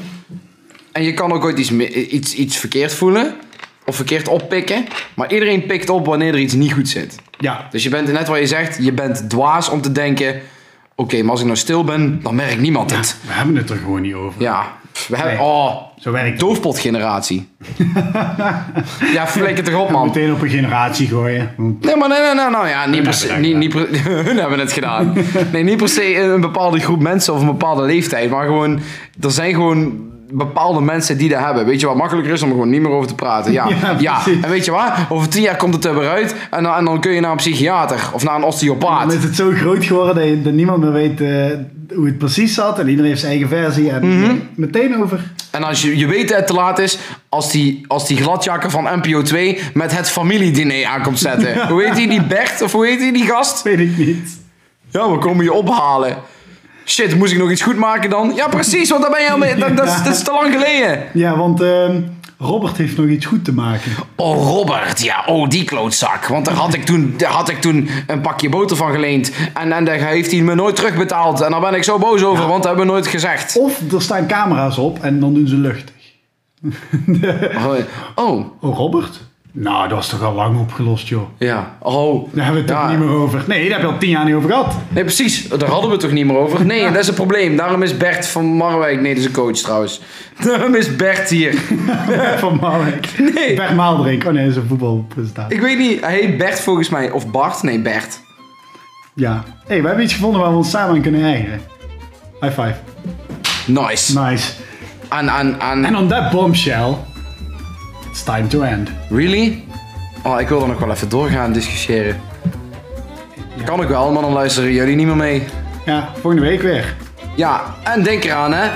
[SPEAKER 1] En je kan ook ooit iets, mi- iets, iets verkeerd voelen. Of verkeerd oppikken. Maar iedereen pikt op wanneer er iets niet goed zit.
[SPEAKER 2] Ja,
[SPEAKER 1] Dus je bent net wat je zegt. Je bent dwaas om te denken. Oké, maar als ik nou stil ben, dan merkt niemand het.
[SPEAKER 2] we hebben het er gewoon niet over.
[SPEAKER 1] Ja. Pff, We hebben,
[SPEAKER 2] Nee.
[SPEAKER 1] oh,
[SPEAKER 2] Zo werkt het.
[SPEAKER 1] doofpotgeneratie. ja, flik het toch op, man.
[SPEAKER 2] Meteen op een generatie gooien.
[SPEAKER 1] Nee, maar nee, nee, nee, nou ja, niet per se.
[SPEAKER 2] hebben
[SPEAKER 1] Niet,
[SPEAKER 2] het
[SPEAKER 1] niet per, hun hebben het gedaan. Nee, niet per se een bepaalde groep mensen of een bepaalde leeftijd, maar gewoon, er zijn gewoon bepaalde mensen die dat hebben. Weet je wat makkelijker is om er gewoon niet meer over te praten? Ja,
[SPEAKER 2] Ja,
[SPEAKER 1] ja,
[SPEAKER 2] precies.
[SPEAKER 1] en weet je wat? Over tien jaar komt het er weer uit en dan, en dan kun je naar een psychiater of naar een
[SPEAKER 2] Dan
[SPEAKER 1] osteopaat.
[SPEAKER 2] is het zo groot geworden dat, je, dat niemand meer weet eh, hoe het precies zat. En iedereen heeft zijn eigen versie. En meteen over.
[SPEAKER 1] En als je, je weet dat het te laat is, als die, als die gladjakker van NPO 2 met het familiediner aankomt zetten. Hoe heet die, die Bert of hoe heet die, die gast?
[SPEAKER 2] Weet ik niet.
[SPEAKER 1] Ja, we komen je ophalen. Shit, moest ik nog iets goed maken dan? Ja, precies, want dan ben je al mee, dat, dat, is, dat is te lang geleden.
[SPEAKER 2] Ja, want ehm, Robert heeft nog iets goed te maken.
[SPEAKER 1] Oh, Robert, ja, oh, die klootzak. Want daar had ik toen, daar had ik toen een pakje boter van geleend. En, en daar heeft hij me nooit terugbetaald. En daar ben ik zo boos over, want dat hebben we nooit gezegd.
[SPEAKER 2] Of er staan camera's op en dan doen ze luchtig.
[SPEAKER 1] Oh,
[SPEAKER 2] Oh, Robert? Nou, dat is toch al lang opgelost, joh.
[SPEAKER 1] ja. Oh.
[SPEAKER 2] Daar hebben we het
[SPEAKER 1] Ja.
[SPEAKER 2] toch niet meer over. Nee, daar heb je al tien jaar niet over gehad.
[SPEAKER 1] Nee, precies. Daar hadden we het toch niet meer over? Nee, en dat is het probleem. Daarom is Bert van Marwijk... Nee, dat is een coach trouwens. Daarom is Bert hier.
[SPEAKER 2] Van Marwijk.
[SPEAKER 1] Nee.
[SPEAKER 2] Bert Maaldrink. Oh nee, dat is een voetbalpresentatie.
[SPEAKER 1] Ik weet niet. Hij heet Bert volgens mij. Of Bart. Nee, Bert.
[SPEAKER 2] Ja. Hé, hey, we hebben iets gevonden waar we ons samen aan kunnen eigenen. High five.
[SPEAKER 1] Nice.
[SPEAKER 2] Nice.
[SPEAKER 1] Aan, aan, aan...
[SPEAKER 2] En on that bombshell, it's time to end.
[SPEAKER 1] Really? Oh, ik wil er nog wel even doorgaan discussiëren. Kan ik wel, maar dan luisteren jullie niet meer mee.
[SPEAKER 2] Ja, volgende week weer.
[SPEAKER 1] Ja, en denk eraan hè.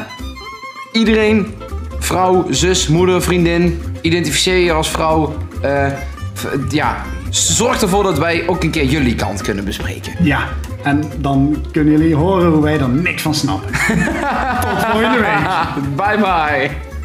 [SPEAKER 1] Iedereen, vrouw, zus, moeder, vriendin, identificeer je als vrouw. Eh, v- ja, zorg ervoor dat wij ook een keer jullie kant kunnen bespreken.
[SPEAKER 2] Ja. En dan kunnen jullie horen hoe wij er niks van snappen. Tot volgende week.
[SPEAKER 1] Bye bye.